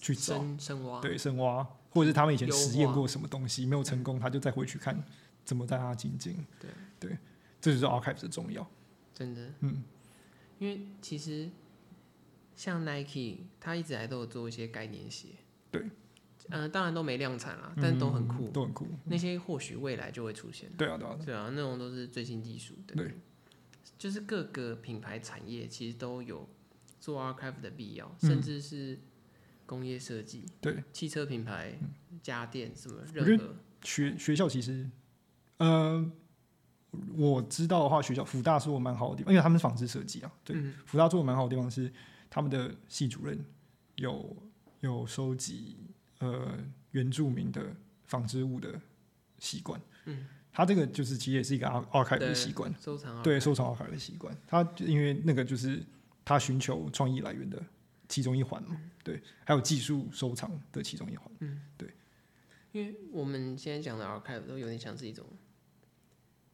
Speaker 1: 去找，
Speaker 2: 深深挖。
Speaker 1: 对，深挖，或者是他们以前
Speaker 2: 优
Speaker 1: 实验
Speaker 2: 化
Speaker 1: 过什么东西没有成功，他就再回去看怎么带它精进。
Speaker 2: 嗯对
Speaker 1: 对，这就是 archive 的重要。
Speaker 2: 真的，
Speaker 1: 嗯，
Speaker 2: 因为其实像 Nike，它一直以来都有做一些概念鞋，
Speaker 1: 对，
Speaker 2: 呃，当然都没量产啦，但都很酷，
Speaker 1: 嗯都很酷。
Speaker 2: 那些或许未来就会出现，
Speaker 1: 对啊，对啊，
Speaker 2: 对啊，那种都是最新技术的，
Speaker 1: 对，
Speaker 2: 就是各个品牌产业其实都有做 archive 的必要，
Speaker 1: 嗯
Speaker 2: 甚至是工业设计，
Speaker 1: 对，
Speaker 2: 汽车品牌、家电什么
Speaker 1: 觉
Speaker 2: 任何，
Speaker 1: 学学校其实，呃，我知道的话，学校福大做得蛮好的地方，因为他们是纺织设计啊。对，
Speaker 2: 嗯
Speaker 1: 福大做的蛮好的地方是他们的系主任有有收集呃原住民的纺织物的习惯。
Speaker 2: 嗯，
Speaker 1: 他这个就是其实也是一个 ar- archive
Speaker 2: 对
Speaker 1: 的习惯，
Speaker 2: 收藏 archive，
Speaker 1: 对，收藏 archive 的习惯。他就因为那个就是他寻求创意来源的其中一环嘛。
Speaker 2: 嗯
Speaker 1: 对，还有技术收藏的其中一环。
Speaker 2: 因为我们现在讲的 archive 都有点像是一种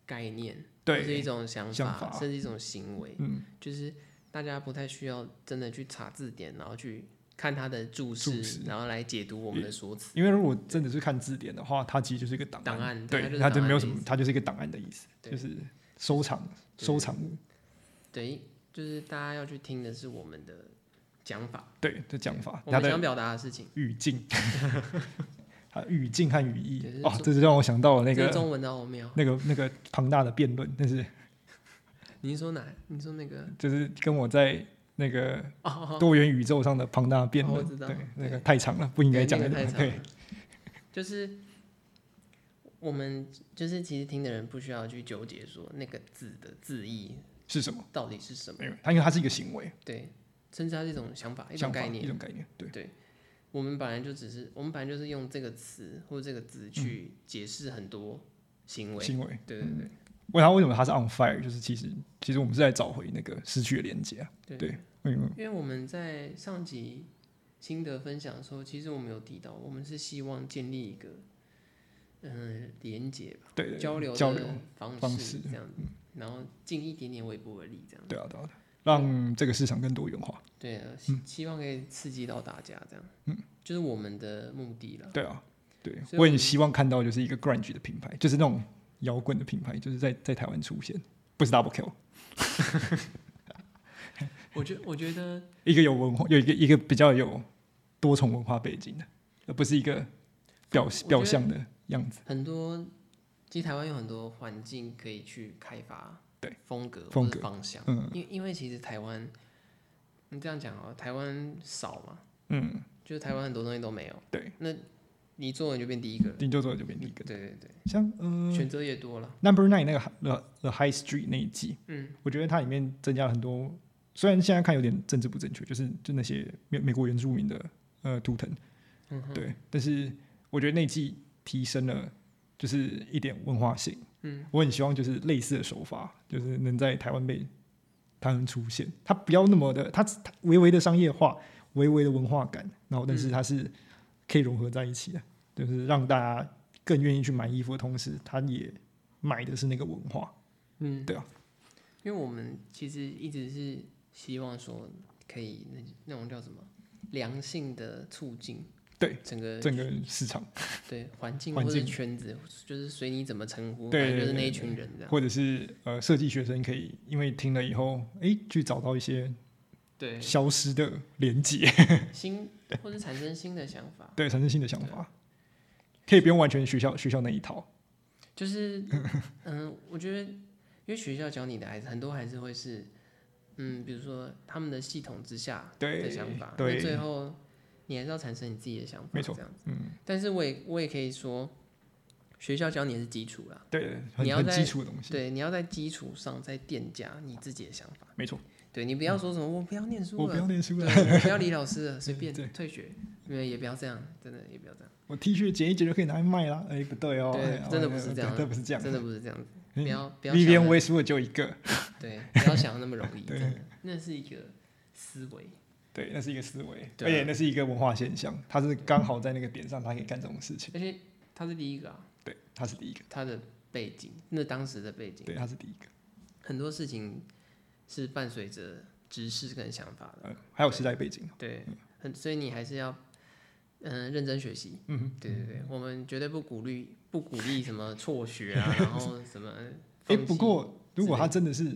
Speaker 2: 概念，
Speaker 1: 对
Speaker 2: 或是一种想法，
Speaker 1: 想法
Speaker 2: 甚至一种行为，
Speaker 1: 嗯，
Speaker 2: 就是大家不太需要真的去查字典，然后去看它的
Speaker 1: 注
Speaker 2: 注释
Speaker 1: 释，
Speaker 2: 然后来解读我们的说辞
Speaker 1: 因为如果真的是看字典的话，它其实就是一个档
Speaker 2: 档案，它
Speaker 1: 对，
Speaker 2: 就是
Speaker 1: 它
Speaker 2: 档
Speaker 1: 就
Speaker 2: 案
Speaker 1: 没有
Speaker 2: 的
Speaker 1: 什
Speaker 2: 意
Speaker 1: 么
Speaker 2: 思，
Speaker 1: 它就是一个档案的意思，
Speaker 2: 对
Speaker 1: 就是收藏
Speaker 2: 对
Speaker 1: 收藏物，
Speaker 2: 对，就是大家要去听的是我们的讲法，
Speaker 1: 对这讲法，
Speaker 2: 我
Speaker 1: 它
Speaker 2: 们
Speaker 1: 的
Speaker 2: 想表达的事情，
Speaker 1: 语境， 它语境和语义
Speaker 2: 对这是，
Speaker 1: 哦，
Speaker 2: 中
Speaker 1: 这是让我想到了那
Speaker 2: 这是
Speaker 1: 个
Speaker 2: 中文的奥妙。
Speaker 1: 那个那个庞大的辩论，但是
Speaker 2: 你是说哪？你说那个？
Speaker 1: 就是跟我在那个
Speaker 2: 哦哦，哦
Speaker 1: 多元宇宙上的庞大的辩
Speaker 2: 哦我
Speaker 1: 论
Speaker 2: 知，道
Speaker 1: 对那个
Speaker 2: 对
Speaker 1: 太长了，不应该
Speaker 2: 对
Speaker 1: 讲
Speaker 2: 那
Speaker 1: 的
Speaker 2: 个太长
Speaker 1: 对
Speaker 2: 了，就是我我们就是其实听的人不需要去纠结说那个字的字义
Speaker 1: 是什么？
Speaker 2: 到底是什么，
Speaker 1: 没有，它因为它是一个行为、
Speaker 2: 对，甚至它是一种想法、一
Speaker 1: 想
Speaker 2: 种
Speaker 1: 法、
Speaker 2: 概
Speaker 1: 一
Speaker 2: 念。
Speaker 1: 种概念。对，
Speaker 2: 我们本来就只是，我们本来就是用这个词或这个字去解释很多行为。
Speaker 1: 行为。
Speaker 2: 对对对
Speaker 1: 问他为什么它是 on fire，就是其实其实我们是在找回那个失去的连接啊。
Speaker 2: 对
Speaker 1: 对，嗯，
Speaker 2: 因为我们在上集心得分享的时候，其实我们有提到，我们是希望建立一个嗯、呃连接吧，
Speaker 1: 对对，
Speaker 2: 交流
Speaker 1: 交流
Speaker 2: 的方
Speaker 1: 方
Speaker 2: 式嗯
Speaker 1: 式
Speaker 2: 这样子，然后尽一点点微薄的力这样。
Speaker 1: 对啊对啊，对啊让这个市场更多元化。
Speaker 2: 对啊，希希望可以刺激到大家这样，嗯，就是我们的目的啦。
Speaker 1: 对啊，对，
Speaker 2: 所以
Speaker 1: 我
Speaker 2: 我们
Speaker 1: 也希望看到就是一个 grunge 的品牌，就是那种摇滚的品牌，就是在在台湾出现，不是 Double Kill，
Speaker 2: 我觉我觉得
Speaker 1: 一个有文化，有一个一个比较有多重文化背景的，而不是一个表
Speaker 2: 我觉得
Speaker 1: 表象的样子。
Speaker 2: 很多，其实台湾有很多环境可以去开发
Speaker 1: 对
Speaker 2: 风格
Speaker 1: 风
Speaker 2: 或是
Speaker 1: 格
Speaker 2: 方向，
Speaker 1: 嗯
Speaker 2: 因因为其实台湾，你这样讲哦，台湾少嘛，
Speaker 1: 嗯，
Speaker 2: 就是台湾很多东西都没有，
Speaker 1: 对，
Speaker 2: 那你做人就变第一个了，
Speaker 1: 你就做就变第一个
Speaker 2: 对，对对，
Speaker 1: 像呃
Speaker 2: 选择也多了，
Speaker 1: Number Nine 那个 The The High Street 那一季，
Speaker 2: 嗯，
Speaker 1: 我觉得它里面增加了很多，虽然现在看有点政治不正确，就是就那些美美国原住民的呃图腾，
Speaker 2: 嗯哼，
Speaker 1: 对，但是我觉得那一季提升了就是一点文化性，嗯，我很希望就是类似的手法，就是能在台湾被台湾出现，它不要那么的，它它微微的商业化，微微的文化感，然后但
Speaker 2: 嗯
Speaker 1: 是它是可以融合在一起的，就是让大家更愿意去买衣服的同时，它也买的是那个文化，
Speaker 2: 嗯，
Speaker 1: 对啊，
Speaker 2: 因为我们其实一直是希望说可以那那种叫什么良性的促进，
Speaker 1: 对
Speaker 2: 整个
Speaker 1: 整个市场
Speaker 2: 对环境
Speaker 1: 环
Speaker 2: 或者
Speaker 1: 境
Speaker 2: 圈子，就是随你怎么称呼，
Speaker 1: 对
Speaker 2: 反正就是
Speaker 1: 对
Speaker 2: 那
Speaker 1: 对
Speaker 2: 一群人这样，
Speaker 1: 或者是呃设计学生可以因为听了以后，诶，去找到一些
Speaker 2: 对，
Speaker 1: 消失的连接。
Speaker 2: 新或者产生新的想法，
Speaker 1: 对，产生新的想法，可以不用完全学校学校那一套。
Speaker 2: 就是嗯，我觉得因为学校教你的孩子很多还是会是嗯，比如说他们的系统之下的
Speaker 1: 对
Speaker 2: 啊想法，那最
Speaker 1: 对，
Speaker 2: 后你还是要产生你自己的想法，
Speaker 1: 没错
Speaker 2: 这样子。嗯，但是我也我也可以说，学校教你的是基础啦，
Speaker 1: 对，
Speaker 2: 你
Speaker 1: 很
Speaker 2: 要
Speaker 1: 很
Speaker 2: 在
Speaker 1: 基础的东西，
Speaker 2: 对，你要在基础上再添加你自己的想法，
Speaker 1: 没错。
Speaker 2: 对你不要说什么我不要
Speaker 1: 嗯
Speaker 2: 念
Speaker 1: 我
Speaker 2: 书
Speaker 1: 不
Speaker 2: 了
Speaker 1: 要。念书
Speaker 2: 对，
Speaker 1: 了，
Speaker 2: 我不要理老师 了，随便
Speaker 1: 对
Speaker 2: 退学，没有也不要这样，真的也不要这样。
Speaker 1: 我 T 恤剪一剪就可以拿来卖啦。哎，不对哦，
Speaker 2: 对
Speaker 1: 哎
Speaker 2: 真的
Speaker 1: 哦
Speaker 2: 不是
Speaker 1: 哎
Speaker 2: 这样
Speaker 1: 对真的不是这样，
Speaker 2: 真的不是这样子，不
Speaker 1: 嗯
Speaker 2: 要不要
Speaker 1: V
Speaker 2: 想
Speaker 1: B
Speaker 2: 那
Speaker 1: N 为输的就一个，
Speaker 2: 对，不要想的那么容 易，真的，那是一个思维，
Speaker 1: 对，那是一个思维，而
Speaker 2: 对啊
Speaker 1: 且那是一个文化现象，它是刚好在那个点上，它可以干这种事情。
Speaker 2: 而且他是第一个啊，
Speaker 1: 对，它是第一个，
Speaker 2: 他的背景，那当时的背景，
Speaker 1: 对，它是第一个。
Speaker 2: 很多事情是伴随着知识跟想法的，
Speaker 1: 呃，还有时代背景，
Speaker 2: 对，很，所以你还是要。嗯，认真学习。嗯，对对对，我们绝对不鼓励不鼓励什么辍学 啊，然后什么。
Speaker 1: 哎，
Speaker 2: 放
Speaker 1: 不
Speaker 2: 弃
Speaker 1: 过如果它真的是，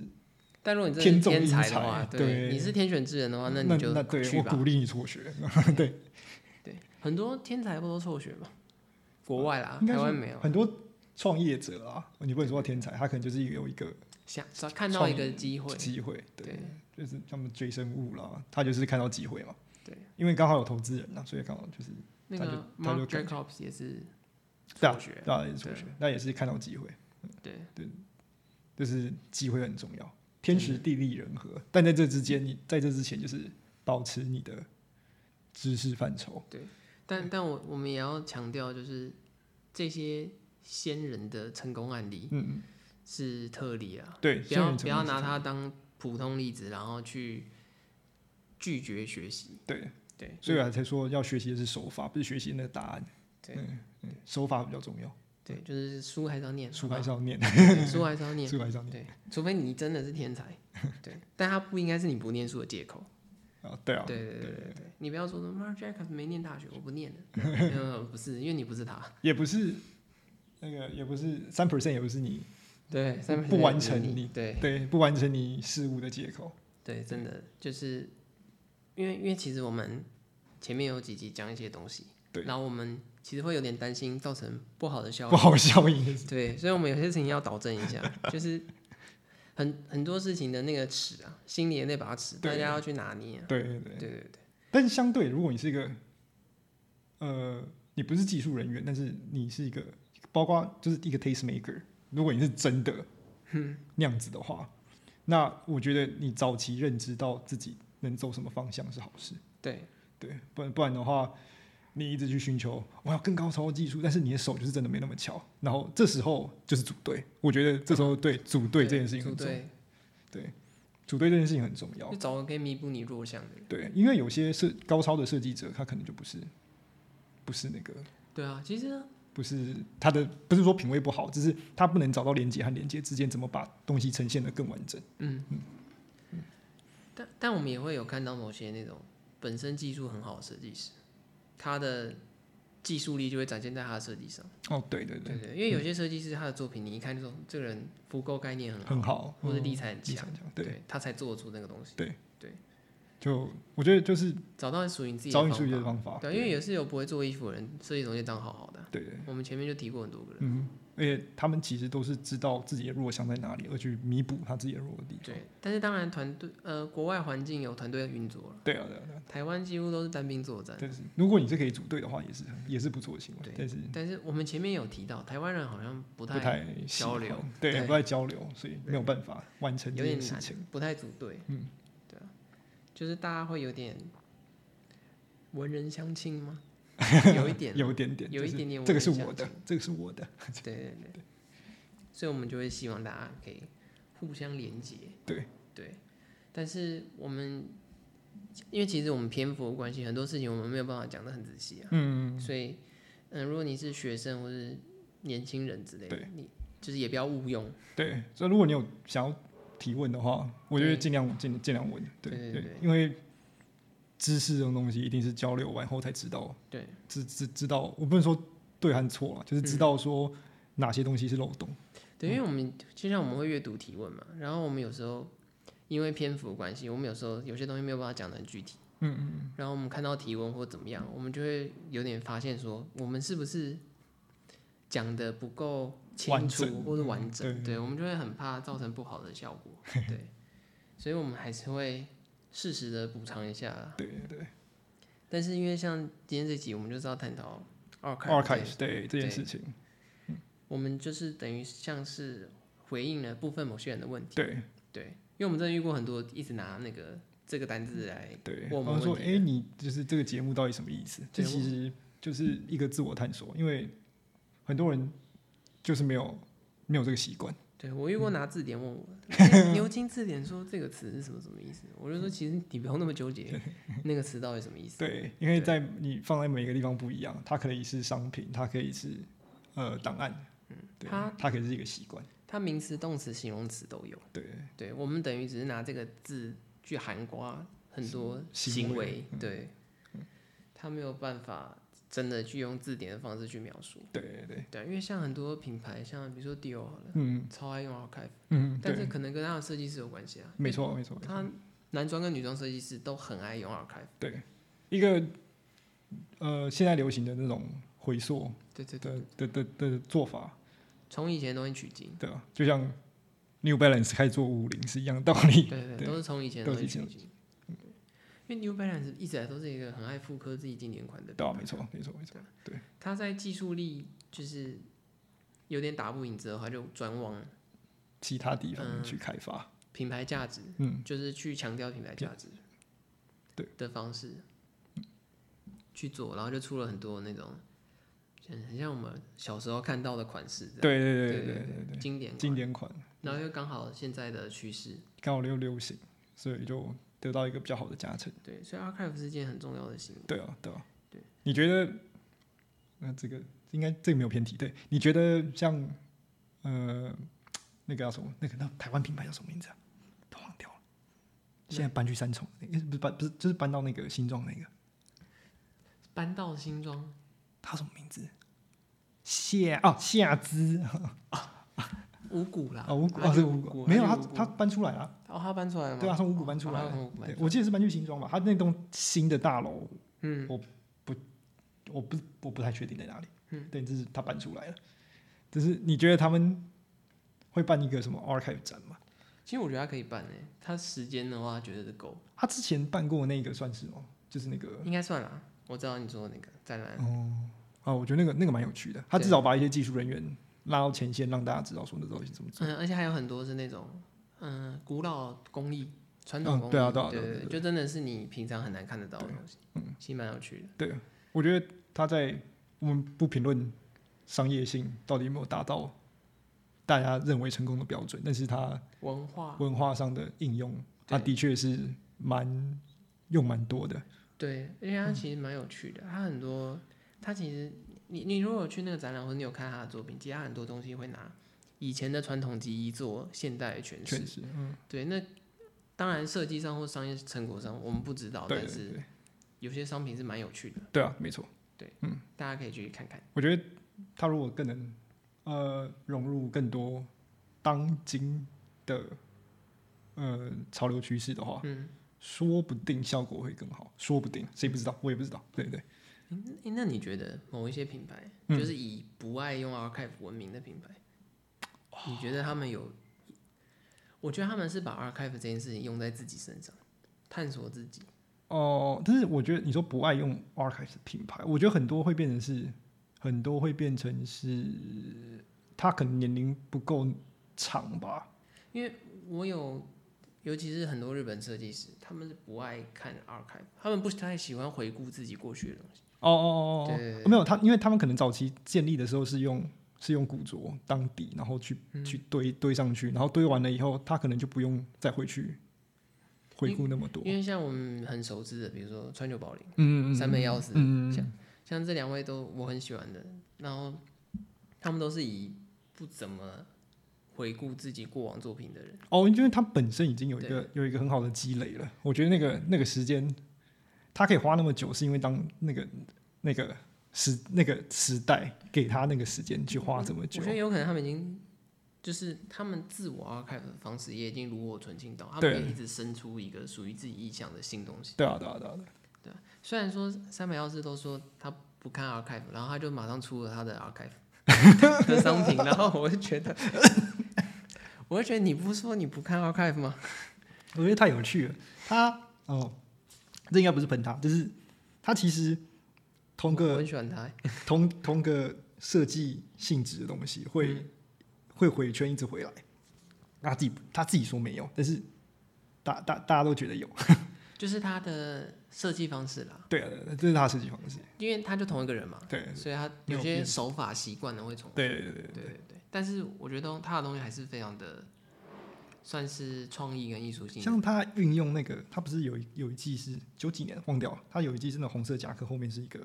Speaker 2: 但如果你真的是
Speaker 1: 天纵
Speaker 2: 天
Speaker 1: 英
Speaker 2: 才的
Speaker 1: 才
Speaker 2: 话，
Speaker 1: 对
Speaker 2: 你是天选之人的话，
Speaker 1: 那
Speaker 2: 哦你就
Speaker 1: 那对
Speaker 2: 去
Speaker 1: 我
Speaker 2: 吧
Speaker 1: 鼓。励你辍学，
Speaker 2: 对，很多天才不都辍学吗？国外啦，
Speaker 1: 呃应该
Speaker 2: 台
Speaker 1: 是
Speaker 2: 湾没有。
Speaker 1: 很多创业者啊，你不能说天才，他可能就是有一个
Speaker 2: 想找看到一个机会，
Speaker 1: 机会，对，
Speaker 2: 对
Speaker 1: 就是他们追生物啦，他就是看到机会嘛，
Speaker 2: 对，
Speaker 1: 因为刚好有投资人啦，啊所以刚好就是
Speaker 2: 那
Speaker 1: 他就
Speaker 2: 个
Speaker 1: 他就
Speaker 2: Mark Jacobs 也是
Speaker 1: 对啊
Speaker 2: 辍学，
Speaker 1: 大家也是辍学，那也是看到机会，
Speaker 2: 对
Speaker 1: 就是机会很重要，天时地利人和，但在这之间，你在这之前就是保持你的知识范畴，
Speaker 2: 但但我我们也要强调，就是这些先人的成功案例
Speaker 1: 嗯，
Speaker 2: 是特例啊，
Speaker 1: 对，
Speaker 2: 不要
Speaker 1: 虽
Speaker 2: 不要
Speaker 1: 然成功
Speaker 2: 拿
Speaker 1: 是
Speaker 2: 它当普通例子，然后去拒绝学习。
Speaker 1: 对，
Speaker 2: 对，
Speaker 1: 所以我才说要学习的是手法，不是学习那个答案，
Speaker 2: 对
Speaker 1: 嗯，嗯手法比较重要，
Speaker 2: 对，就是书还是要念，
Speaker 1: 书还
Speaker 2: 好
Speaker 1: 是要念，
Speaker 2: 不 好书还是要念，
Speaker 1: 书还是要念
Speaker 2: 对，除非你真的是 天才，对，但它不应该是你不念书的借口。
Speaker 1: 啊，对啊，
Speaker 2: 对对对对对，你不要说什么 Mark Jacobs 没念大学，我不 念的，没有没有没有不是，因为你不是他。
Speaker 1: 也不是那个，也不是三 percent，也不是你。
Speaker 2: 对，三分之
Speaker 1: 不
Speaker 2: 内
Speaker 1: 完
Speaker 2: 就是
Speaker 1: 成你
Speaker 2: 对
Speaker 1: 对，不完成你事物的借口。
Speaker 2: 对，真的就是因为因为其实我们前面有几集讲一些东西，
Speaker 1: 对
Speaker 2: 然后我们其实会有点担心造成不好的效
Speaker 1: 不
Speaker 2: 果，
Speaker 1: 好效应的事，
Speaker 2: 对，所以我们有些事情要导正一下，就是很很多事情的那个尺啊，心里的那把尺，大
Speaker 1: 对
Speaker 2: 家要去拿捏啊、
Speaker 1: 对对对。
Speaker 2: 对对对，
Speaker 1: 但是相对，如果你是一个，呃，你不是技术人员，但是你是一个包括就是一个 taste maker，如果你是真的
Speaker 2: 嗯
Speaker 1: 那样子的话，那我觉得你早期认知到自己能走什么方向是好事。
Speaker 2: 对，
Speaker 1: 对，不然不然的话，你一直去寻求我要更高超的技术，但是你的手就是真的没那么巧。然后这时候就是组队，我觉得这时候对组队这件事情
Speaker 2: 组
Speaker 1: 很重要，
Speaker 2: 队
Speaker 1: 组队这件事情很重要
Speaker 2: 就。找个可以弥补你弱项的人。
Speaker 1: 对，因为有些设高超的设计者，他可能就不是，不是那个，
Speaker 2: 对啊，其实
Speaker 1: 不是他的，不是说品味不好，只是他不能找到连接和连接之间怎么把东西呈现的更完整。
Speaker 2: 但但我们也会有看到某些那种本身技术很好的设计师，他的技术力就会展现在他的设计上。
Speaker 1: 哦，对对对，
Speaker 2: 对对，因为有些设计师他的作品，你一看就说这个人复购概念很好，
Speaker 1: 很好，
Speaker 2: 或者
Speaker 1: 嗯
Speaker 2: 理财很
Speaker 1: 理
Speaker 2: 强
Speaker 1: 想，强，对，
Speaker 2: 对他才做得出那个东西。
Speaker 1: 就我觉得就是
Speaker 2: 找到属于你自己
Speaker 1: 找
Speaker 2: 的
Speaker 1: 你出
Speaker 2: 方
Speaker 1: 去的
Speaker 2: 法。
Speaker 1: 方法，
Speaker 2: 对，因为也是有不会做衣服的人，设计总监当好好的啊。
Speaker 1: 对对。
Speaker 2: 我们前面就提过很多个人，
Speaker 1: 嗯，而且他们其实都是知道自己的弱项在哪里，而去弥补他自己的弱的地方。
Speaker 2: 对。但是当然团队呃，国外环境有团队运作了，
Speaker 1: 对啊，对啊，对啊。
Speaker 2: 台湾几乎都是单兵作战。
Speaker 1: 但是啊如果你是可以组队的话，也是也是不错的行为
Speaker 2: 对。
Speaker 1: 但是
Speaker 2: 但是我们前面有提到，台湾人好像不
Speaker 1: 不
Speaker 2: 太
Speaker 1: 太喜
Speaker 2: 交
Speaker 1: 欢
Speaker 2: 流，
Speaker 1: 对，
Speaker 2: 对
Speaker 1: 不太交流，所以没有办法完成
Speaker 2: 有
Speaker 1: 这
Speaker 2: 点
Speaker 1: 件事
Speaker 2: 难
Speaker 1: 情。，
Speaker 2: 不太组队。嗯，对啊，就是大家会有点文人相亲吗？有一点，
Speaker 1: 有一点点，
Speaker 2: 有一点点
Speaker 1: 就是
Speaker 2: 我
Speaker 1: 这个
Speaker 2: 也
Speaker 1: 是
Speaker 2: 想
Speaker 1: 我的，这个是我的，
Speaker 2: 对对对。所以我们就会希望大家可以互相连接。
Speaker 1: 对
Speaker 2: 对，但是我们因为其实我们篇幅的关系，很多事情我们没有办法讲得很仔细啊。嗯所以，嗯、如果你是学生或是年轻人之类的
Speaker 1: 对，
Speaker 2: 你就是也不要误用。
Speaker 1: 对。所以如果你有想要提问的话，我觉得
Speaker 2: 对
Speaker 1: 尽量尽尽量问，对
Speaker 2: 对对
Speaker 1: 对，因为知识这种东西一定是交流完后才知道
Speaker 2: 对嗯
Speaker 1: 知知知道，我不能说对和错啊，就是知道说哪些东西是漏洞。
Speaker 2: 对，因为我们就像我们会阅读提问嘛，然后我们有时候因为篇幅的关系，我们有时候有些东西没有办法讲得很具体。嗯嗯。然后我们看到提问或怎么样，我们就会有点发现说，我们是不是讲的不够清
Speaker 1: 完
Speaker 2: 楚
Speaker 1: 整
Speaker 2: 或者完
Speaker 1: 嗯
Speaker 2: 整？
Speaker 1: 对
Speaker 2: 对，我们就会很怕造成不好的效 果。对，所以我们还是会适时的补偿一下啦。
Speaker 1: 对对对
Speaker 2: 但是因为像今天这集，我们就是要探讨二开
Speaker 1: ，archive 对这件
Speaker 2: 对
Speaker 1: 事情，
Speaker 2: 我们就是等于像是回应了部分某些人的问题。
Speaker 1: 对
Speaker 2: 对，因为我们真的遇过很多一直拿那个这个单字来，
Speaker 1: 对，
Speaker 2: 我
Speaker 1: 我
Speaker 2: 们
Speaker 1: 们说，
Speaker 2: 问题
Speaker 1: 哎，你就是这个节目到底什么意思？这
Speaker 2: 对我
Speaker 1: 其实就是一个自我探索，因为很多人就是没有没有这个习惯，
Speaker 2: 对我遇过拿字典问我，哎牛津字典说这个词是什么什么意思，我就说其实你不用那么纠 结那个词到底什么意思。
Speaker 1: 对，因为在你放在每个地方不一样，它可以是商品，它可以是呃档案，对
Speaker 2: 嗯它，
Speaker 1: 它可以是一个习惯，
Speaker 2: 它名词、动词、形容词都有。
Speaker 1: 对
Speaker 2: 对我们等于只是拿这个字去含瓜很多
Speaker 1: 行
Speaker 2: 行
Speaker 1: 为
Speaker 2: 为，对，他没有办法真的去用字典的方式去描述。
Speaker 1: 对对对，
Speaker 2: 对，因为像很多品牌，像比如说 Dior 好了，
Speaker 1: 嗯
Speaker 2: 超爱用 Archive，
Speaker 1: 嗯，
Speaker 2: 但
Speaker 1: 对
Speaker 2: 是，可能跟它的设计师有关系啊。
Speaker 1: 没错没错，没错
Speaker 2: 他男装跟女装设计师都很爱用 archive，
Speaker 1: 对，一个呃现在流行的那种回溯
Speaker 2: 对对对，嗯
Speaker 1: 的的的的做法，
Speaker 2: 从以前的东西取经，
Speaker 1: 对啊，就像 New Balance 开始做五零是一样的道理。
Speaker 2: 对对
Speaker 1: 对
Speaker 2: 都是从以前的东西取
Speaker 1: 都
Speaker 2: 经。对因为 New Balance 一直以来都是一个很爱复刻自己经典款的，
Speaker 1: 对啊，没。错，没错，没错。
Speaker 2: 他在技术力就是有点打不赢之后，他就转往
Speaker 1: 其他地
Speaker 2: 嗯
Speaker 1: 方去开发，
Speaker 2: 品牌价值，
Speaker 1: 嗯，
Speaker 2: 就是去强调品牌价值，
Speaker 1: 对嗯
Speaker 2: 的方式去做，然后就出了很多那种，很很像我们小时候看到的款式这样，
Speaker 1: 对对对
Speaker 2: 啊对
Speaker 1: 对对嗯对，
Speaker 2: 经典款
Speaker 1: 经典款
Speaker 2: 然后又刚好现在的趋势，
Speaker 1: 刚好又流行，所以就得到一个比较好的加成。
Speaker 2: 对，所以 archive 是件很重要的行为。
Speaker 1: 对啊，对啊，对。你觉得，那这个应该这个没有偏题。对，你觉得像呃那个叫什么？那个那台湾品牌叫什么名字啊？都忘掉了。现在搬去三重，那个不是搬不是就是搬到那个新庄那个，
Speaker 2: 搬到新庄，
Speaker 1: 他什么名字？夏哦夏姿
Speaker 2: 五谷啦，
Speaker 1: 啊五谷
Speaker 2: 它
Speaker 1: 啊
Speaker 2: 就是
Speaker 1: 五
Speaker 2: 五
Speaker 1: 谷，
Speaker 2: 谷，
Speaker 1: 没有
Speaker 2: 它
Speaker 1: 他
Speaker 2: 就是五谷
Speaker 1: 他搬出来了。
Speaker 2: 哦，他搬出来了吗？
Speaker 1: 对啊，从五谷搬出来
Speaker 2: 哦
Speaker 1: 了
Speaker 2: 它从五谷
Speaker 1: 对
Speaker 2: 搬，出来，
Speaker 1: 我记得是搬去新庄吧，他那栋新的大楼，
Speaker 2: 嗯，
Speaker 1: 我不我不太确定在哪里。嗯，对，这是他搬出来了。就是你觉得他们会办一个什么 archive 展吗？
Speaker 2: 其实我觉得它可以办诶，它时间的话绝对是够，
Speaker 1: 他之前办过那个算是吗？就是那个
Speaker 2: 应该算啦。我知道你说的那个展览，
Speaker 1: 哦，啊，我觉得那个那个蛮有趣的，他
Speaker 2: 对
Speaker 1: 至少把一些技术人员拉到前线，让大家知道说那到底是怎么做。
Speaker 2: 嗯，而且还有很多是那种嗯古老工艺、传统
Speaker 1: 嗯
Speaker 2: 工艺，
Speaker 1: 对啊对啊
Speaker 2: 对
Speaker 1: 对对啊
Speaker 2: 对，就真的是你平常很难看得到的东西，嗯，其实蛮有趣的。
Speaker 1: 对，我觉得他在我们不评论商业性到底有没有达到大家认为成功的标准，但是他
Speaker 2: 文化，
Speaker 1: 文化上的应用，
Speaker 2: 对
Speaker 1: 它的确是蛮用蛮多的。
Speaker 2: 对，而且
Speaker 1: 嗯
Speaker 2: 它其实蛮有趣的，它很多，它其实你你如果有去那个展览，或者你有看他的作品，其实他很多东西会拿以前的传统技艺做现代的诠释，
Speaker 1: 确实，嗯，
Speaker 2: 对，那当然设计上或商业成果上我们不知道，
Speaker 1: 对
Speaker 2: 但
Speaker 1: 对
Speaker 2: 是
Speaker 1: 对，
Speaker 2: 有些商品是蛮有趣的，
Speaker 1: 对啊，没错。
Speaker 2: 大家可以去看看。
Speaker 1: 我觉得他如果更能呃融入更多当今的呃潮流趋势的话，
Speaker 2: 嗯，
Speaker 1: 说不定效果会更好，说不定谁不知道，我也不知道。对对，
Speaker 2: 诶那你觉得某一些品牌，
Speaker 1: 嗯
Speaker 2: 就是以不爱用 archive 闻名的品牌，你觉得他们有？我觉得他们是把 archive 这件事情用在自己身上，探索自己。
Speaker 1: 哦、但是我觉得你说不爱用 archive 品牌，我觉得很多会变成是很多会变成是他可能年龄不够长吧，
Speaker 2: 因为我有，尤其是很多日本设计师，他们是不爱看 archive，他们不太喜欢回顾自己过去的东西。
Speaker 1: 哦哦哦哦
Speaker 2: 对
Speaker 1: 哦，没有他，因为他们可能早期建立的时候是用是用古着当底，然后去、
Speaker 2: 嗯
Speaker 1: 去堆堆上去，然后堆完了以后，他可能就不用再回去回顾那么多。
Speaker 2: 因为像我们很熟知的，比如说川久保玲、
Speaker 1: 嗯嗯
Speaker 2: 三
Speaker 1: 嗯
Speaker 2: 本耀司，
Speaker 1: 嗯，嗯
Speaker 2: 像这两位都我很喜欢的，然后他们都是以不怎么回顾自己过往作品的人。
Speaker 1: 哦，因为他本身已经有一个有一个很好的积累了，我觉得那个那个时间，他可以花那么久，是因为当那个那个时那个时代给他那个时间去花这么久
Speaker 2: 我觉。得有可能他们已经就是他们自我 archive 的方式也已经炉火纯青到，他们
Speaker 1: 对
Speaker 2: 也一直生出一个属于自己意向的新东西。
Speaker 1: 对啊，对啊，对啊，对啊
Speaker 2: 虽然说三百药师都说他不看 archive，然后他就马上出了他的 archive 的商品，然后我就觉得，我就觉得你不是说你不看 archive 吗？
Speaker 1: 我觉得太有趣了。他哦，这应该不是喷他，就是他其实同
Speaker 2: 我
Speaker 1: 个
Speaker 2: 很喜欢 他，欸
Speaker 1: 同同个设计性质的东西会、会回圈一直回来。他自己他自己说没有，但是大大大家都觉得有。
Speaker 2: 就是他的设计方式啦，
Speaker 1: 对啊，对啊这是他的设计方式。
Speaker 2: 因为他就同一个人嘛，
Speaker 1: 对
Speaker 2: 所以他
Speaker 1: 嗯没
Speaker 2: 有
Speaker 1: 有
Speaker 2: 些
Speaker 1: 变
Speaker 2: 手法习惯的会重
Speaker 1: 对对对对
Speaker 2: 对对对，但是我觉得他的东西还是非常的，算是创意跟艺术
Speaker 1: 对，
Speaker 2: 性。
Speaker 1: 像他运用那个，他不是有一有一季是九几年忘掉了，他有一季是那种红色夹克，后面是一个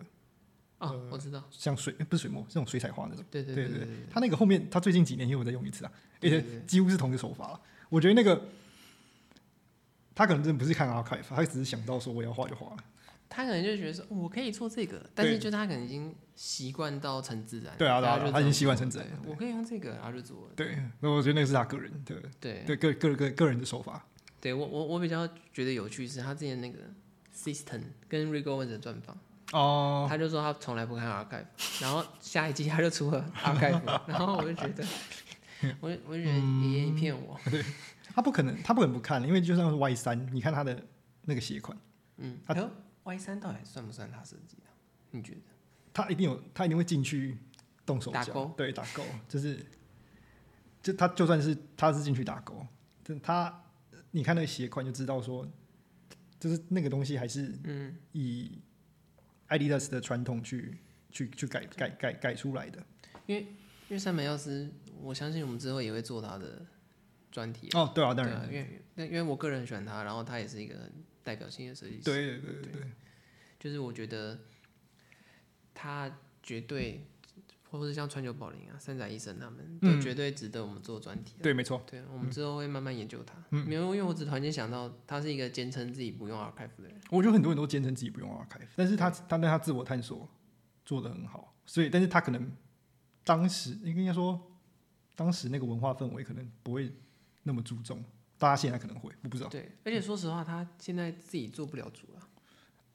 Speaker 2: 哦，我知道，
Speaker 1: 像水、不是水墨，是那种水彩画那种。
Speaker 2: 对对
Speaker 1: 呃对
Speaker 2: 对
Speaker 1: 对
Speaker 2: 对，
Speaker 1: 他那个后面，他最近几年也有在用一次啊，而
Speaker 2: 对
Speaker 1: 且
Speaker 2: 对对
Speaker 1: 几乎是同一个手法了。我觉得那个他可能真的不是看 archive，他啊只是想到说我要画就画了。
Speaker 2: 他可能就觉得说哦我可以做这个，但是
Speaker 1: 对
Speaker 2: 就是他可能已经习惯到成自然了，
Speaker 1: 对啊对啊
Speaker 2: 哎大家
Speaker 1: 对
Speaker 2: 就
Speaker 1: 啊他已经
Speaker 2: 这样
Speaker 1: 习惯成
Speaker 2: 做
Speaker 1: 自然了
Speaker 2: 对我可以用这个，然后就做了。
Speaker 1: 对，那我觉得那个是他个人的，
Speaker 2: 对
Speaker 1: 对个个个个人的手法。
Speaker 2: 对，我我我比较觉得有趣是他之前那个 System 跟 r i g o w e n 的专访，
Speaker 1: 哦，
Speaker 2: 他就说他从来不看 archive，然后下一季他就出了 archive，然 后我就觉得，我就我就觉得爷爷你骗我，
Speaker 1: 他不可能，他不可能不看了，因为就算是 Y 三，你看他的那个鞋款，
Speaker 2: 嗯，
Speaker 1: 他
Speaker 2: 还有 Y 三到底算不算他设计的？啊你觉得？
Speaker 1: 他一定有，他一定会进去动手
Speaker 2: 打
Speaker 1: 脚
Speaker 2: 勾，
Speaker 1: 对，打勾，就是就他就算是他是进去打勾，但他你看那个鞋款就知道说，就是那个东西还是
Speaker 2: 嗯，
Speaker 1: 以 Adidas 的传统去去去改改改改出来的。
Speaker 2: 因为山本耀司，我相信我们之后也会做他的专题啊。
Speaker 1: 哦，对啊，当
Speaker 2: 对
Speaker 1: 然
Speaker 2: 啊，，因为因为我个人很喜欢他，然后他也是一个很代表性的设计师。，
Speaker 1: 对对对对对，
Speaker 2: 就是我觉得他绝对，或是像川久保玲啊、三宅一生他们，都
Speaker 1: 嗯哦
Speaker 2: 绝对值得我们做专题啊、
Speaker 1: 对，没错。
Speaker 2: 对，我们之后会慢慢研究他。嗯，没有，因为我只突然间想到，他是一个坚称自己不用 archive 的人。
Speaker 1: 我觉得很多人都坚称自己不用 archive，但是他他但他自我探索做得很好，所以但是他可能当时应该说当时那个文化氛围可能不会那么注重，大家现在可能会，我不知道。嗯
Speaker 2: 对，而且说实话，他现在自己做不了 主啊。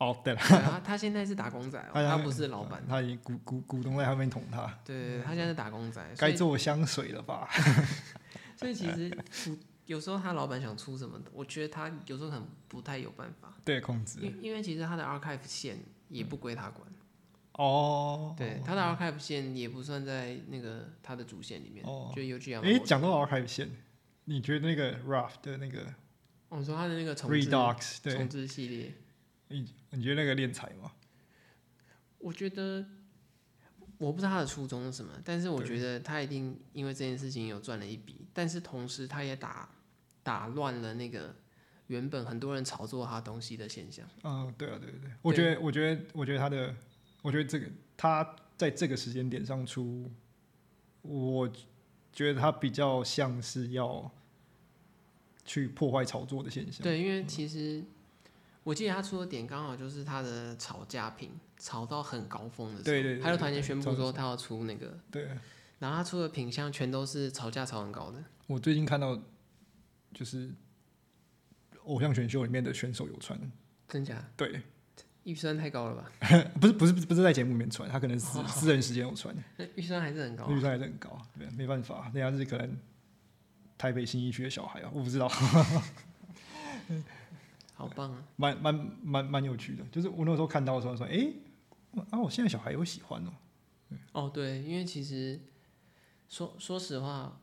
Speaker 1: 哦，对了，
Speaker 2: 对啊，他现在是打工仔、哦，
Speaker 1: 哎呀
Speaker 2: 他不是老板。
Speaker 1: 他已经股股股东在后面捅他，
Speaker 2: 对，他现在是打工仔，所
Speaker 1: 嗯该
Speaker 2: 以
Speaker 1: 做香水了吧？
Speaker 2: 所以其实不有时候他老板想出什么，我觉得他有时候可能不太有办法，
Speaker 1: 对，控制
Speaker 2: 因。为因为其实他的 archive 线也不归他管，
Speaker 1: 哦，
Speaker 2: 对，它的 archive 线也不算在那个它的主线里面，
Speaker 1: 哦
Speaker 2: 就 UGL。
Speaker 1: 哎，讲到 archive 线，你觉得那个 RAF 的那个
Speaker 2: 哦，你说它的那个重置
Speaker 1: Redux 对
Speaker 2: 重，置系列，
Speaker 1: 你你觉得那个练才吗？
Speaker 2: 我觉得我不知道他的初衷是什么，但是我
Speaker 1: 对
Speaker 2: 觉得他一定因为这件事情有赚了一笔，但是同时他也打打乱了那个原本很多人炒作他东西的现象。
Speaker 1: 嗯，对啊，对对对，我觉得，我觉得，我觉得他的，我觉得这个他在这个时间点上出，我觉得他比较像是要去破坏炒作的现象。
Speaker 2: 对，因为其实我记得他出的点刚好就是他的炒价品炒到很高峰的时候，
Speaker 1: 对对对
Speaker 2: 他就
Speaker 1: 对
Speaker 2: 突然间
Speaker 1: 对
Speaker 2: 宣
Speaker 1: 超
Speaker 2: 布说他要出那个，
Speaker 1: 对，
Speaker 2: 然后他出的品相全都是炒价炒很高的。
Speaker 1: 我最近看到就是偶像选秀里面的选手有穿，
Speaker 2: 真假？
Speaker 1: 对，
Speaker 2: 预算太高了吧？
Speaker 1: 不是不是不是在节目里面穿，他可能私、私人时间有穿，
Speaker 2: 那预算还是很高、
Speaker 1: 预
Speaker 2: 啊。
Speaker 1: 算还是很高，对，没办法，人家是可能台北新一区的小孩啊，我不知道。
Speaker 2: 好棒啊！
Speaker 1: 蛮蛮蛮蛮有趣的，就是我那时候看到的时候说，哎、啊，我现在小孩有喜欢哦，
Speaker 2: 哦，对，因为其实说说实话，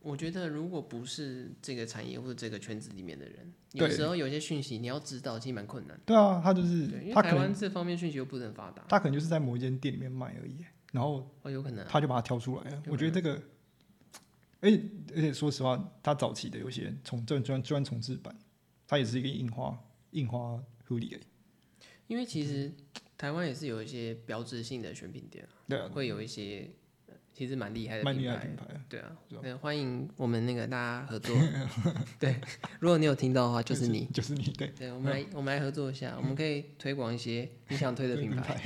Speaker 2: 我觉得如果不是这个产业或者这个圈子里面的人，有
Speaker 1: 对
Speaker 2: 时候有些讯息你要知道，其实蛮困难。
Speaker 1: 对啊，他就
Speaker 2: 对，因
Speaker 1: 是
Speaker 2: 为
Speaker 1: 他可
Speaker 2: 台
Speaker 1: 能
Speaker 2: 湾这方面讯息又不是很发达，
Speaker 1: 他可能就是在某一间店里面卖而已，然后
Speaker 2: 哦，有可能啊、
Speaker 1: 他就把它挑出来了。
Speaker 2: 能
Speaker 1: 我觉得这个，而且而且说实话，他早期的有些重正专专重置版，它也是一个印花印花狐狸而已，
Speaker 2: 因为其实台湾也是有一些标志性的选品店啊，
Speaker 1: 对啊，
Speaker 2: 会有一些呃其实蛮厉害的
Speaker 1: 蛮
Speaker 2: 品
Speaker 1: 厉害的
Speaker 2: 牌
Speaker 1: 品牌。
Speaker 2: 对啊
Speaker 1: 是吧，
Speaker 2: 那欢迎我们那个大家合 作。对，如果你有听到的话，就是你。，
Speaker 1: 就是你，对，嗯
Speaker 2: 对，我们来我们来合作一下，我们可以推广一些你想推的
Speaker 1: 这个
Speaker 2: 品牌。。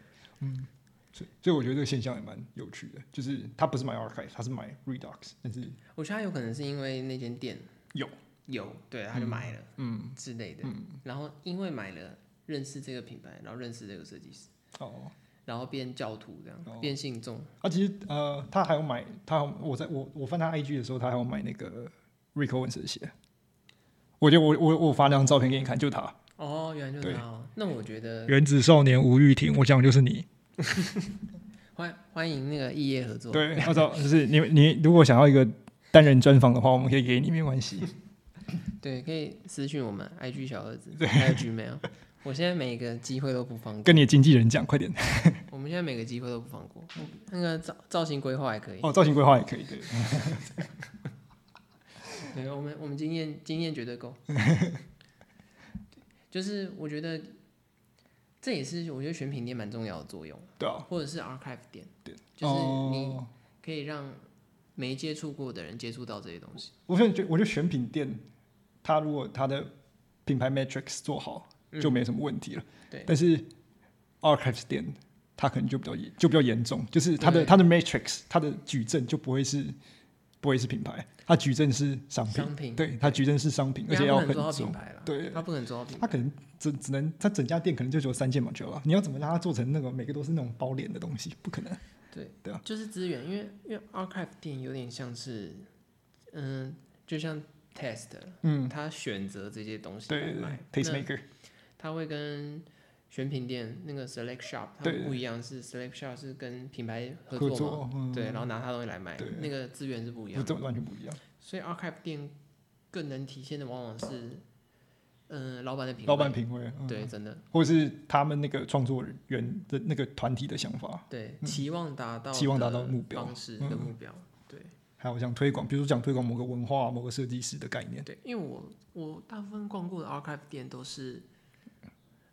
Speaker 1: 嗯所以所以我觉得这个现象也蛮有趣的，就是他不是买 archive，他是买 redux，但是
Speaker 2: 我觉得他有可能是因为那间店
Speaker 1: 有
Speaker 2: 有，对，他就买了，
Speaker 1: 嗯
Speaker 2: 之类的。然后因为买了，认识这个品牌，然后认识这个设计师，
Speaker 1: 哦，
Speaker 2: 然后变教徒这
Speaker 1: 哦
Speaker 2: 样，变信众。
Speaker 1: 啊，其实呃，他还有买，他还有我在我我翻他 IG 的时候，他还有买那个 Rico Owens 的鞋。我觉得我我我发那张照片给你看，就他，
Speaker 2: 哦，原来就是他哦。那我觉得
Speaker 1: 原子少年吴玉婷，我讲的就是你。
Speaker 2: 欢欢迎那个异业合作。
Speaker 1: 对，他说就是你你如果想要一个单人专访的话，我们可以给你，没关 系。
Speaker 2: 对，可以私讯我们 IG 小盒子，还有 Gmail。我现在每个机会都 不放过
Speaker 1: 跟，你的经纪人讲，快点。
Speaker 2: 我们现在每个机会都不放过。那个造造型规划还可以，
Speaker 1: 哦，造型规划也可以，对，
Speaker 2: 对我们我们经验经验绝 对够。就是我觉得这也是我觉得选品店蛮重要的作用，
Speaker 1: 对啊，
Speaker 2: 或者是 archive 店，
Speaker 1: 对，
Speaker 2: 就是你
Speaker 1: 哦
Speaker 2: 可以让没接触过的人接触到这些东西。
Speaker 1: 我觉得我觉得选品店，他如果他的品牌 matrix 做好，就没什么问题了。
Speaker 2: 嗯对
Speaker 1: 但是 archives 店它可能就比较严就比较严重，就是它的
Speaker 2: 对
Speaker 1: 它的 matrix 它的矩阵就不会是不会是品牌，它矩阵是商品，
Speaker 2: 商品，
Speaker 1: 对，它矩阵是商品，而且
Speaker 2: 因为他
Speaker 1: 要很
Speaker 2: 不能做到品
Speaker 1: 重，
Speaker 2: 牌了，
Speaker 1: 对。
Speaker 2: 他不可能做到品
Speaker 1: 它
Speaker 2: 牌。
Speaker 1: 可能只只能，它整家店可能就只有三件马球了。你要怎么让它做成那个每个都是那种包脸的东西？不可能。
Speaker 2: 对
Speaker 1: 对啊
Speaker 2: 就是资源，因为因为 archive 店有点像是，嗯，就像 test，
Speaker 1: 嗯，
Speaker 2: 他选择这些东西来
Speaker 1: 对对
Speaker 2: 卖
Speaker 1: 对。，taste
Speaker 2: 那
Speaker 1: maker，
Speaker 2: 它会跟选品店那个 Select Shop 它
Speaker 1: 对
Speaker 2: 们不一样，是 Select Shop 是跟品牌合
Speaker 1: 合
Speaker 2: 作
Speaker 1: 作，
Speaker 2: 嘛，
Speaker 1: 嗯，
Speaker 2: 对，然后拿它东西来卖
Speaker 1: 对，
Speaker 2: 那个资源是不一样
Speaker 1: 不，
Speaker 2: 的。
Speaker 1: 这完全不一样。
Speaker 2: 所以 Archive 店更能体现的往往是，嗯、老板的品味，
Speaker 1: 老板品味，嗯
Speaker 2: 对，真的
Speaker 1: 或者是他们那个创作人的那个团体的想法，
Speaker 2: 对，期望达到
Speaker 1: 期望达
Speaker 2: 的
Speaker 1: 到目标嗯
Speaker 2: 方式的目标，
Speaker 1: 还有像推广，比如说讲推广某个文化、某个设计师的概念，
Speaker 2: 对，因为我我大部分逛过的 Archive 店都是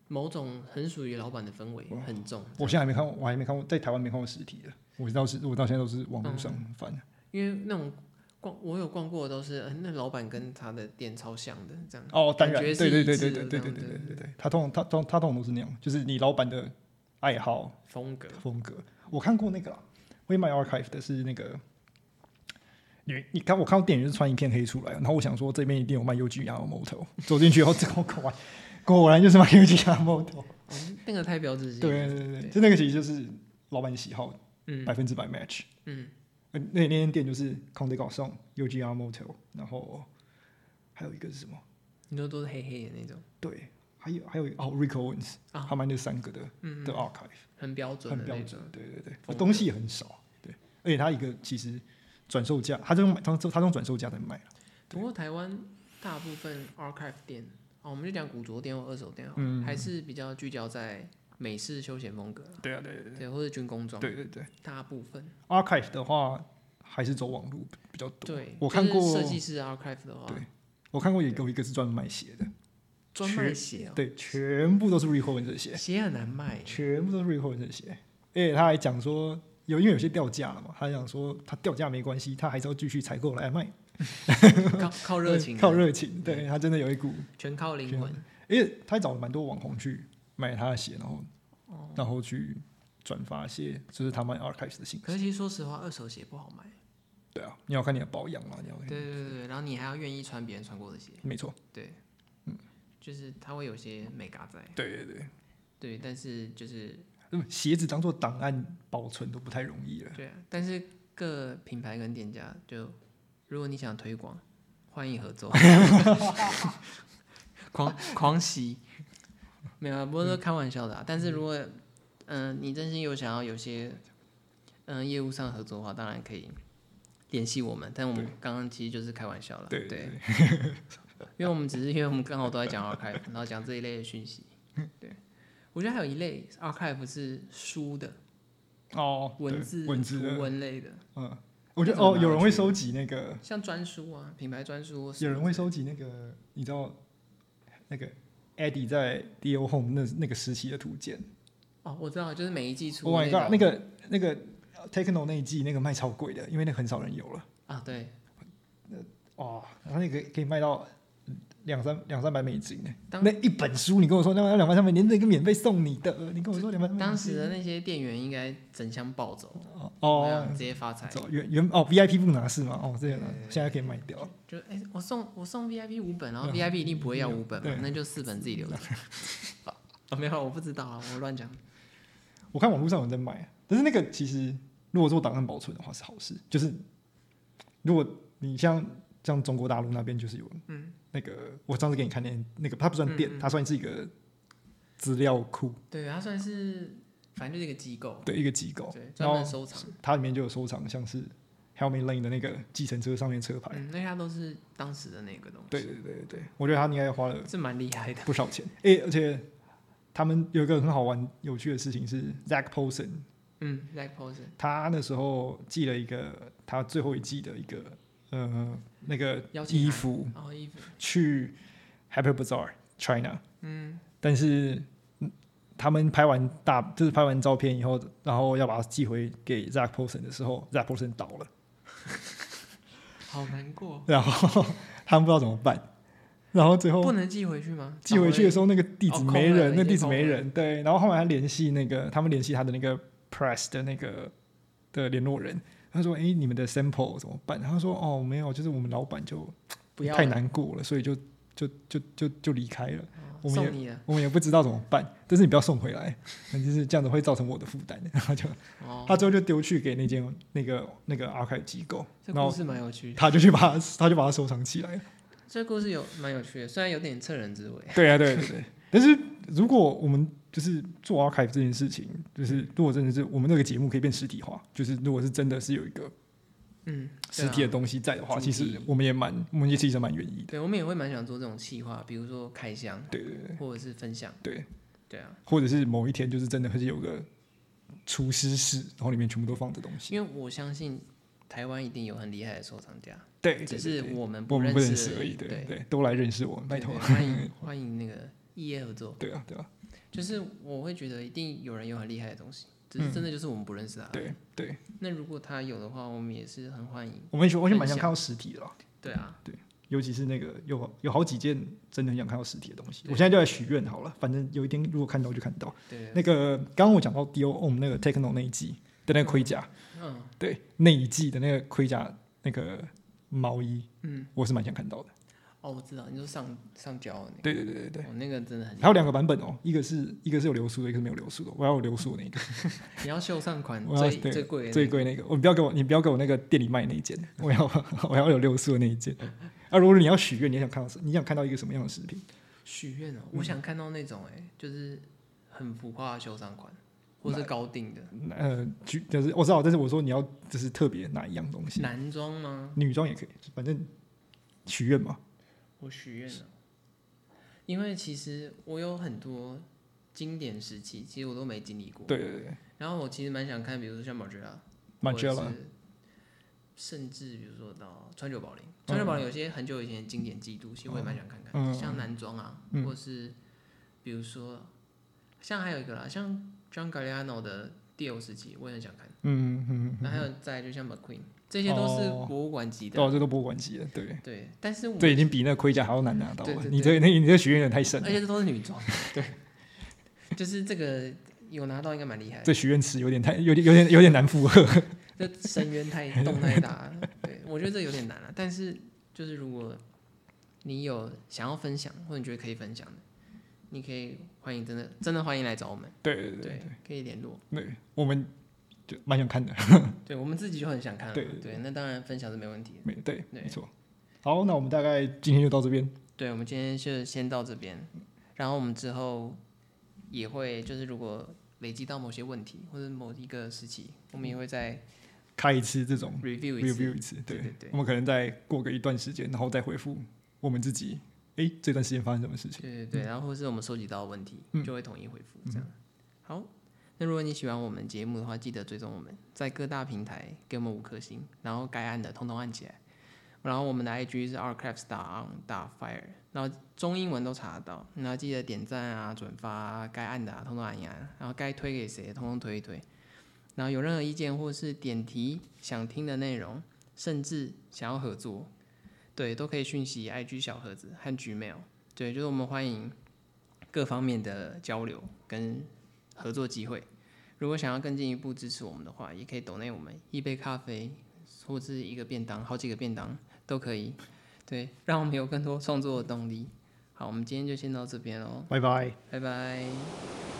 Speaker 2: 某种很属于老板的氛围很重，
Speaker 1: 我现在还没看过，我还没看过，在台湾没看过实体的，我到是我到现在都是网络上翻。
Speaker 2: 因为那种逛我有逛过的都是，嗯那老板跟他的店超像的这样。
Speaker 1: 哦，当然，
Speaker 2: 嗯感
Speaker 1: 对对对
Speaker 2: 觉是
Speaker 1: 对
Speaker 2: 一致
Speaker 1: 对
Speaker 2: 的
Speaker 1: 对对对
Speaker 2: 这样对
Speaker 1: 对
Speaker 2: 对
Speaker 1: 对对，他通常他通他通常都是那样，就是你老板的爱好
Speaker 2: 风格。
Speaker 1: 风格。我看过那个啦，我也买 archive 的是那个。你你看，我看到店员是穿一片黑出来，然后我想说这边一定有卖 UGR Moto，走进去以后，这个果然果然就是卖 UGR Moto。
Speaker 2: 哦，那个太标志性。
Speaker 1: 对，对对对，就那个其实就是老板喜好
Speaker 2: 嗯
Speaker 1: 百分之百 match。
Speaker 2: 嗯，
Speaker 1: 呃那那间店就是 Conde g a r c o n UGR Motel，然后还有一个是什么？
Speaker 2: 你说都是黑黑的那种。
Speaker 1: 对，还有还有一个哦，Rick Owens，、
Speaker 2: 啊
Speaker 1: 他们那三个的、的 archive
Speaker 2: 很标准
Speaker 1: 很
Speaker 2: 的
Speaker 1: 标
Speaker 2: 那
Speaker 1: 准
Speaker 2: 种，，
Speaker 1: 对对对，呃
Speaker 2: 风格
Speaker 1: 东西也很少，对，而且他一个其实转售价，他这种买他他用转售价在卖了，
Speaker 2: 不过台湾大部分 archive 店，哦，我们就讲古着店或二手店好了，
Speaker 1: 嗯
Speaker 2: 还是比较聚焦在美式休闲风格啦，
Speaker 1: 对啊对对
Speaker 2: 对，或者军工装，
Speaker 1: 对对对
Speaker 2: 大部分
Speaker 1: ，archive 的话还是走网路比较多，
Speaker 2: 对，
Speaker 1: 我
Speaker 2: 就
Speaker 1: 看
Speaker 2: 是
Speaker 1: 过
Speaker 2: 设计师 archive 的话
Speaker 1: 对，我看过有有一个是专门卖鞋的，
Speaker 2: 专卖鞋哦，
Speaker 1: 对，全部都是 Rick Owens 的鞋，
Speaker 2: 鞋很难卖，
Speaker 1: 全部都是 Rick Owens 的鞋，而且他还讲说。有因为有些掉价了嘛，他讲说他掉价没关系，他还是要继续采购来卖，
Speaker 2: 靠靠热情啊，
Speaker 1: 靠热情，对他真的有一股
Speaker 2: 全靠灵魂，
Speaker 1: 因为他找了蛮多网红去买他的鞋，然后、然后去转发一些就是他们 archives 的信
Speaker 2: 可
Speaker 1: 息。
Speaker 2: 是其实说实话，二手鞋不好卖，
Speaker 1: 对啊，你要看你的保养嘛，你要看
Speaker 2: 对对对对，然后你还要愿意穿别人穿过的鞋，
Speaker 1: 没错，
Speaker 2: 对，嗯就是它会有些美嘎在，
Speaker 1: 对对对
Speaker 2: 对，但是就是
Speaker 1: 嗯，鞋子当做档案保存都不太容易了。
Speaker 2: 对啊，但是各品牌跟店家就，如果你想推广，欢迎合作， 狂狂喜，没有、啊，不过都开玩笑的、啊。但是如果嗯、呃你真心有想要有些嗯、呃业务上合作的话，当然可以联系我们。但我们刚刚其实就是开玩笑了，
Speaker 1: 对
Speaker 2: 对，
Speaker 1: 对，
Speaker 2: 因为我们只是因为我们刚好都在讲 archive，然后讲这一类的讯息。对，我觉得还有一类 archive 是书的
Speaker 1: 哦，
Speaker 2: 文
Speaker 1: 对
Speaker 2: 字、
Speaker 1: 文字
Speaker 2: 图
Speaker 1: 的，
Speaker 2: 文类的。
Speaker 1: 嗯，我觉
Speaker 2: 那
Speaker 1: 得
Speaker 2: 怎么
Speaker 1: 哦，
Speaker 2: 拿
Speaker 1: 有人会
Speaker 2: 去
Speaker 1: 收集那个，
Speaker 2: 像专书啊，品牌专书，
Speaker 1: 有人会收集那个，你知道那个 Eddie 在 D.O. Home 那那个时期的图鉴。
Speaker 2: 哦，我知道，就是每一季出
Speaker 1: Oh my
Speaker 2: 那种
Speaker 1: god，那个那个 Techno 那一季那个卖超贵的，因为那个很少人有了。
Speaker 2: 啊，对，
Speaker 1: 哦，他那个可以卖到两三两三百美金呢。
Speaker 2: 当
Speaker 1: 那一本书，你跟我说那要两百三百，连那个免费送你的，你跟我说两百三百，
Speaker 2: 当时的那些店员应该整箱抱走，我
Speaker 1: 哦
Speaker 2: 想，直接发财。
Speaker 1: 走原原哦 VIP 不拿是吗？哦，这个拿
Speaker 2: 对对对
Speaker 1: 现在可以卖掉，
Speaker 2: 就哎、我送我送 VIP 五本，然后
Speaker 1: 嗯
Speaker 2: VIP 一定不会要五本嘛
Speaker 1: 对，
Speaker 2: 那就四本自己 留着。 啊，没有，我不知道啊，我乱讲。
Speaker 1: 我看网络上有人在卖，但是那个其实如果做档案保存的话是好事，就是如果你像像中国大陆那边就是有，嗯，那个我上次给你看那那个，它不算店，它算是一个资料库
Speaker 2: 对，它算是反正就是一个机构，
Speaker 1: 的一个机构，
Speaker 2: 对，
Speaker 1: 然
Speaker 2: 专
Speaker 1: 后
Speaker 2: 门收藏。
Speaker 1: 它里面就有收藏，像是 Helmy Lane 的那个计程车上面车牌。
Speaker 2: 嗯，那它都是当时的那个东西，
Speaker 1: 对对对对对，我觉得他应该花了
Speaker 2: 这蛮厉害的。
Speaker 1: 不少钱。诶，而且他们有一个很好玩、有趣的事情是，Zach Posen
Speaker 2: 嗯，Like Pose，
Speaker 1: 他那时候寄了一个他最后一季的一个呃那个
Speaker 2: 邀请函
Speaker 1: 衣服
Speaker 2: 然后衣服，
Speaker 1: 去 Happy Bazaar China。嗯，但是。嗯他们拍完大就是拍完照片以后，然后要把它寄回给 Zach Posen 的时候，Zach Posen 倒了。
Speaker 2: 好难过，
Speaker 1: 然后他们不知道怎么办，然后最
Speaker 2: 不
Speaker 1: 后
Speaker 2: 能寄回去吗？
Speaker 1: 寄回去的时候，那个地址
Speaker 2: 哦空
Speaker 1: 没
Speaker 2: 了
Speaker 1: 人，
Speaker 2: 已
Speaker 1: 那
Speaker 2: 经
Speaker 1: 地址
Speaker 2: 空
Speaker 1: 没
Speaker 2: 了
Speaker 1: 人，对。然后后来他联系那个，他们联系他的那个 press 的那个的联络人，他说：“哎，你们的 sample 怎么办？”他说：“哦，没有，就是我们老板就
Speaker 2: 不要
Speaker 1: 太
Speaker 2: 了
Speaker 1: 难过了，所以就就就就就离开了，
Speaker 2: 哦
Speaker 1: 我们也
Speaker 2: 送你了。
Speaker 1: 我们也不知道怎么办。但是你不要送回来，就是这样子会造成我的负担。”然后就
Speaker 2: 哦，
Speaker 1: 他最后就丢去给那间那个那个 archive 机构，
Speaker 2: 这
Speaker 1: 然
Speaker 2: 故
Speaker 1: 后
Speaker 2: 事蛮有趣的，
Speaker 1: 他就去把它他就把它收藏起来了。
Speaker 2: 这故事有蛮有趣的，虽然有点趁人之危。
Speaker 1: 对啊，对对对。但是如果我们就是做 archive 这件事情，就是如果真的是我们那个节目可以变实体化，就是如果是真的是有一个
Speaker 2: 嗯，对
Speaker 1: 实
Speaker 2: 啊
Speaker 1: 体的东西在的话，
Speaker 2: 主
Speaker 1: 其
Speaker 2: 题
Speaker 1: 实我们也蛮，我们也其实蛮愿意的。
Speaker 2: 对，我们也会蛮想做这种企划，比如说开箱
Speaker 1: 对对对
Speaker 2: 或者是分享。
Speaker 1: 对，
Speaker 2: 对啊，
Speaker 1: 或者是某一天就是真的会是有个厨师室，然后里面全部都放着东西。
Speaker 2: 因为我相信台湾一定有很厉害的收藏家，
Speaker 1: 对，对
Speaker 2: 只
Speaker 1: 对
Speaker 2: 是
Speaker 1: 对
Speaker 2: 我们
Speaker 1: 我们不认识
Speaker 2: 识
Speaker 1: 而已。
Speaker 2: 对
Speaker 1: 对
Speaker 2: 对，
Speaker 1: 对，都来认识我们，拜
Speaker 2: 对
Speaker 1: 托。
Speaker 2: 欢迎欢迎那个异业合作。
Speaker 1: 对啊，对啊，
Speaker 2: 就是我会觉得一定有人有很厉害的东西，只是真的就是我们不认识啊。
Speaker 1: 嗯对对，
Speaker 2: 那如果他有的话，我们也是很欢迎。
Speaker 1: 我们我也蛮想
Speaker 2: 分享
Speaker 1: 看到实体的啦，
Speaker 2: 对啊，
Speaker 1: 尤其是那个有有好几件真的很想看到实体的东西。
Speaker 2: 对
Speaker 1: 我现在就来许愿好了，反正有一天如果看到就看到。
Speaker 2: 对，
Speaker 1: 那个刚刚我讲到 D O O 那个 Techno 那一季的那个盔甲，
Speaker 2: 嗯，
Speaker 1: 对那一季的那个盔甲那个毛衣，
Speaker 2: 嗯，
Speaker 1: 我是蛮想看到的。
Speaker 2: 哦，我知道，你说上上交的那
Speaker 1: 对对对对对，
Speaker 2: 个，哦我那个真的很厉害
Speaker 1: 还有两个版本哦，一个是一个是有流苏的，一个是没有流苏的。我要有流苏的那个，
Speaker 2: 你要秀上款
Speaker 1: 我要
Speaker 2: 最
Speaker 1: 对
Speaker 2: 最贵的
Speaker 1: 最
Speaker 2: 那个，
Speaker 1: 贵那个。我不要给我，你不要给我那个店里卖那一件， 我要我要有流苏的那一件。啊，如果你要许愿，你想看到什你想看到一个什么样的饰品？
Speaker 2: 许愿哦，我想看到那种哎、就是很浮夸的修缮款，或是高定的
Speaker 1: 呃，举就是我知道，但是我说你要就是特别哪一样东西，
Speaker 2: 男装吗？
Speaker 1: 女装也可以，反正许愿嘛。
Speaker 2: 我许愿了，因为其实我有很多经典时期，其实我都没经历过。
Speaker 1: 对对对
Speaker 2: 然后我其实蛮想看，比如说像 m a r g i e l a
Speaker 1: ，Margiela，
Speaker 2: 甚至比如说到川久保玲，川久保玲有些很久以前的经典季度，其实我也蛮想看看，
Speaker 1: 嗯
Speaker 2: 像男装啊，或是比如说像还有一个啦，像 John Galliano 的第六十集，我也很想看。
Speaker 1: 嗯嗯
Speaker 2: 那还有再就像 McQueen，这些都是
Speaker 1: 哦
Speaker 2: 博物馆级
Speaker 1: 嗯，
Speaker 2: 的，
Speaker 1: 到这都不关系了，对，
Speaker 2: 对，但是我
Speaker 1: 这已经比那盔甲还要难拿到
Speaker 2: 嗯对
Speaker 1: 了。
Speaker 2: 对哎
Speaker 1: 你这那你这许愿有点太深
Speaker 2: 而
Speaker 1: 了，
Speaker 2: 且这都是女装，对，就是这个有拿到应该蛮厉害的。
Speaker 1: 这许愿池有点太有点有点有点难负荷。
Speaker 2: 这深渊太洞太大了，对我觉得这有点难了、啊但是就是如果你有想要分享，或者你觉得可以分享的，你可以欢迎真的真的欢迎来找我们，
Speaker 1: 对对对
Speaker 2: 对，可以联络。
Speaker 1: 对，我们就蛮想看的，
Speaker 2: 对我们自己就很想看了，
Speaker 1: 对
Speaker 2: 对，那当然分享是没问题的。
Speaker 1: 没对，
Speaker 2: 对
Speaker 1: 没错。好，那我们大概今天就到这边。
Speaker 2: 对，我们今天就先到这边，然后我们之后也会就是如果累积到某些问题或者某一个时期，我们也会再
Speaker 1: 开一次这种
Speaker 2: review 一
Speaker 1: 嗯
Speaker 2: 次。
Speaker 1: review 一次，对
Speaker 2: 对对对
Speaker 1: 我们可能再过个一段时间，然后再回复我们自己，哎，这段时间发生什么事情？
Speaker 2: 对对对，然后或是我们收集到的问题，
Speaker 1: 嗯
Speaker 2: 就会统一回复这样。好，那如果你喜欢我们节目的话，记得追踪我们在各大平台给我们五颗星，然后该按的通通按起来。然后我们的 IG 是 o u r c r a f t s 打 on 打 fire，然后中英文都查得到，然后记得点赞啊、转发啊、该按的啊，通通按一按，然后该推给谁，通通推一推。然后有任何意见或是点题想听的内容，甚至想要合作，对，都可以讯息 IG 小盒子和 Gmail。对，就是我们欢迎各方面的交流跟合作机会。如果想要更进一步支持我们的话，也可以 donate 我们一杯咖啡或是一个便当，好几个便当都可以。对，让我们有更多创作的动力。好，我们今天就先到这边喽，
Speaker 1: 拜拜。
Speaker 2: 拜拜。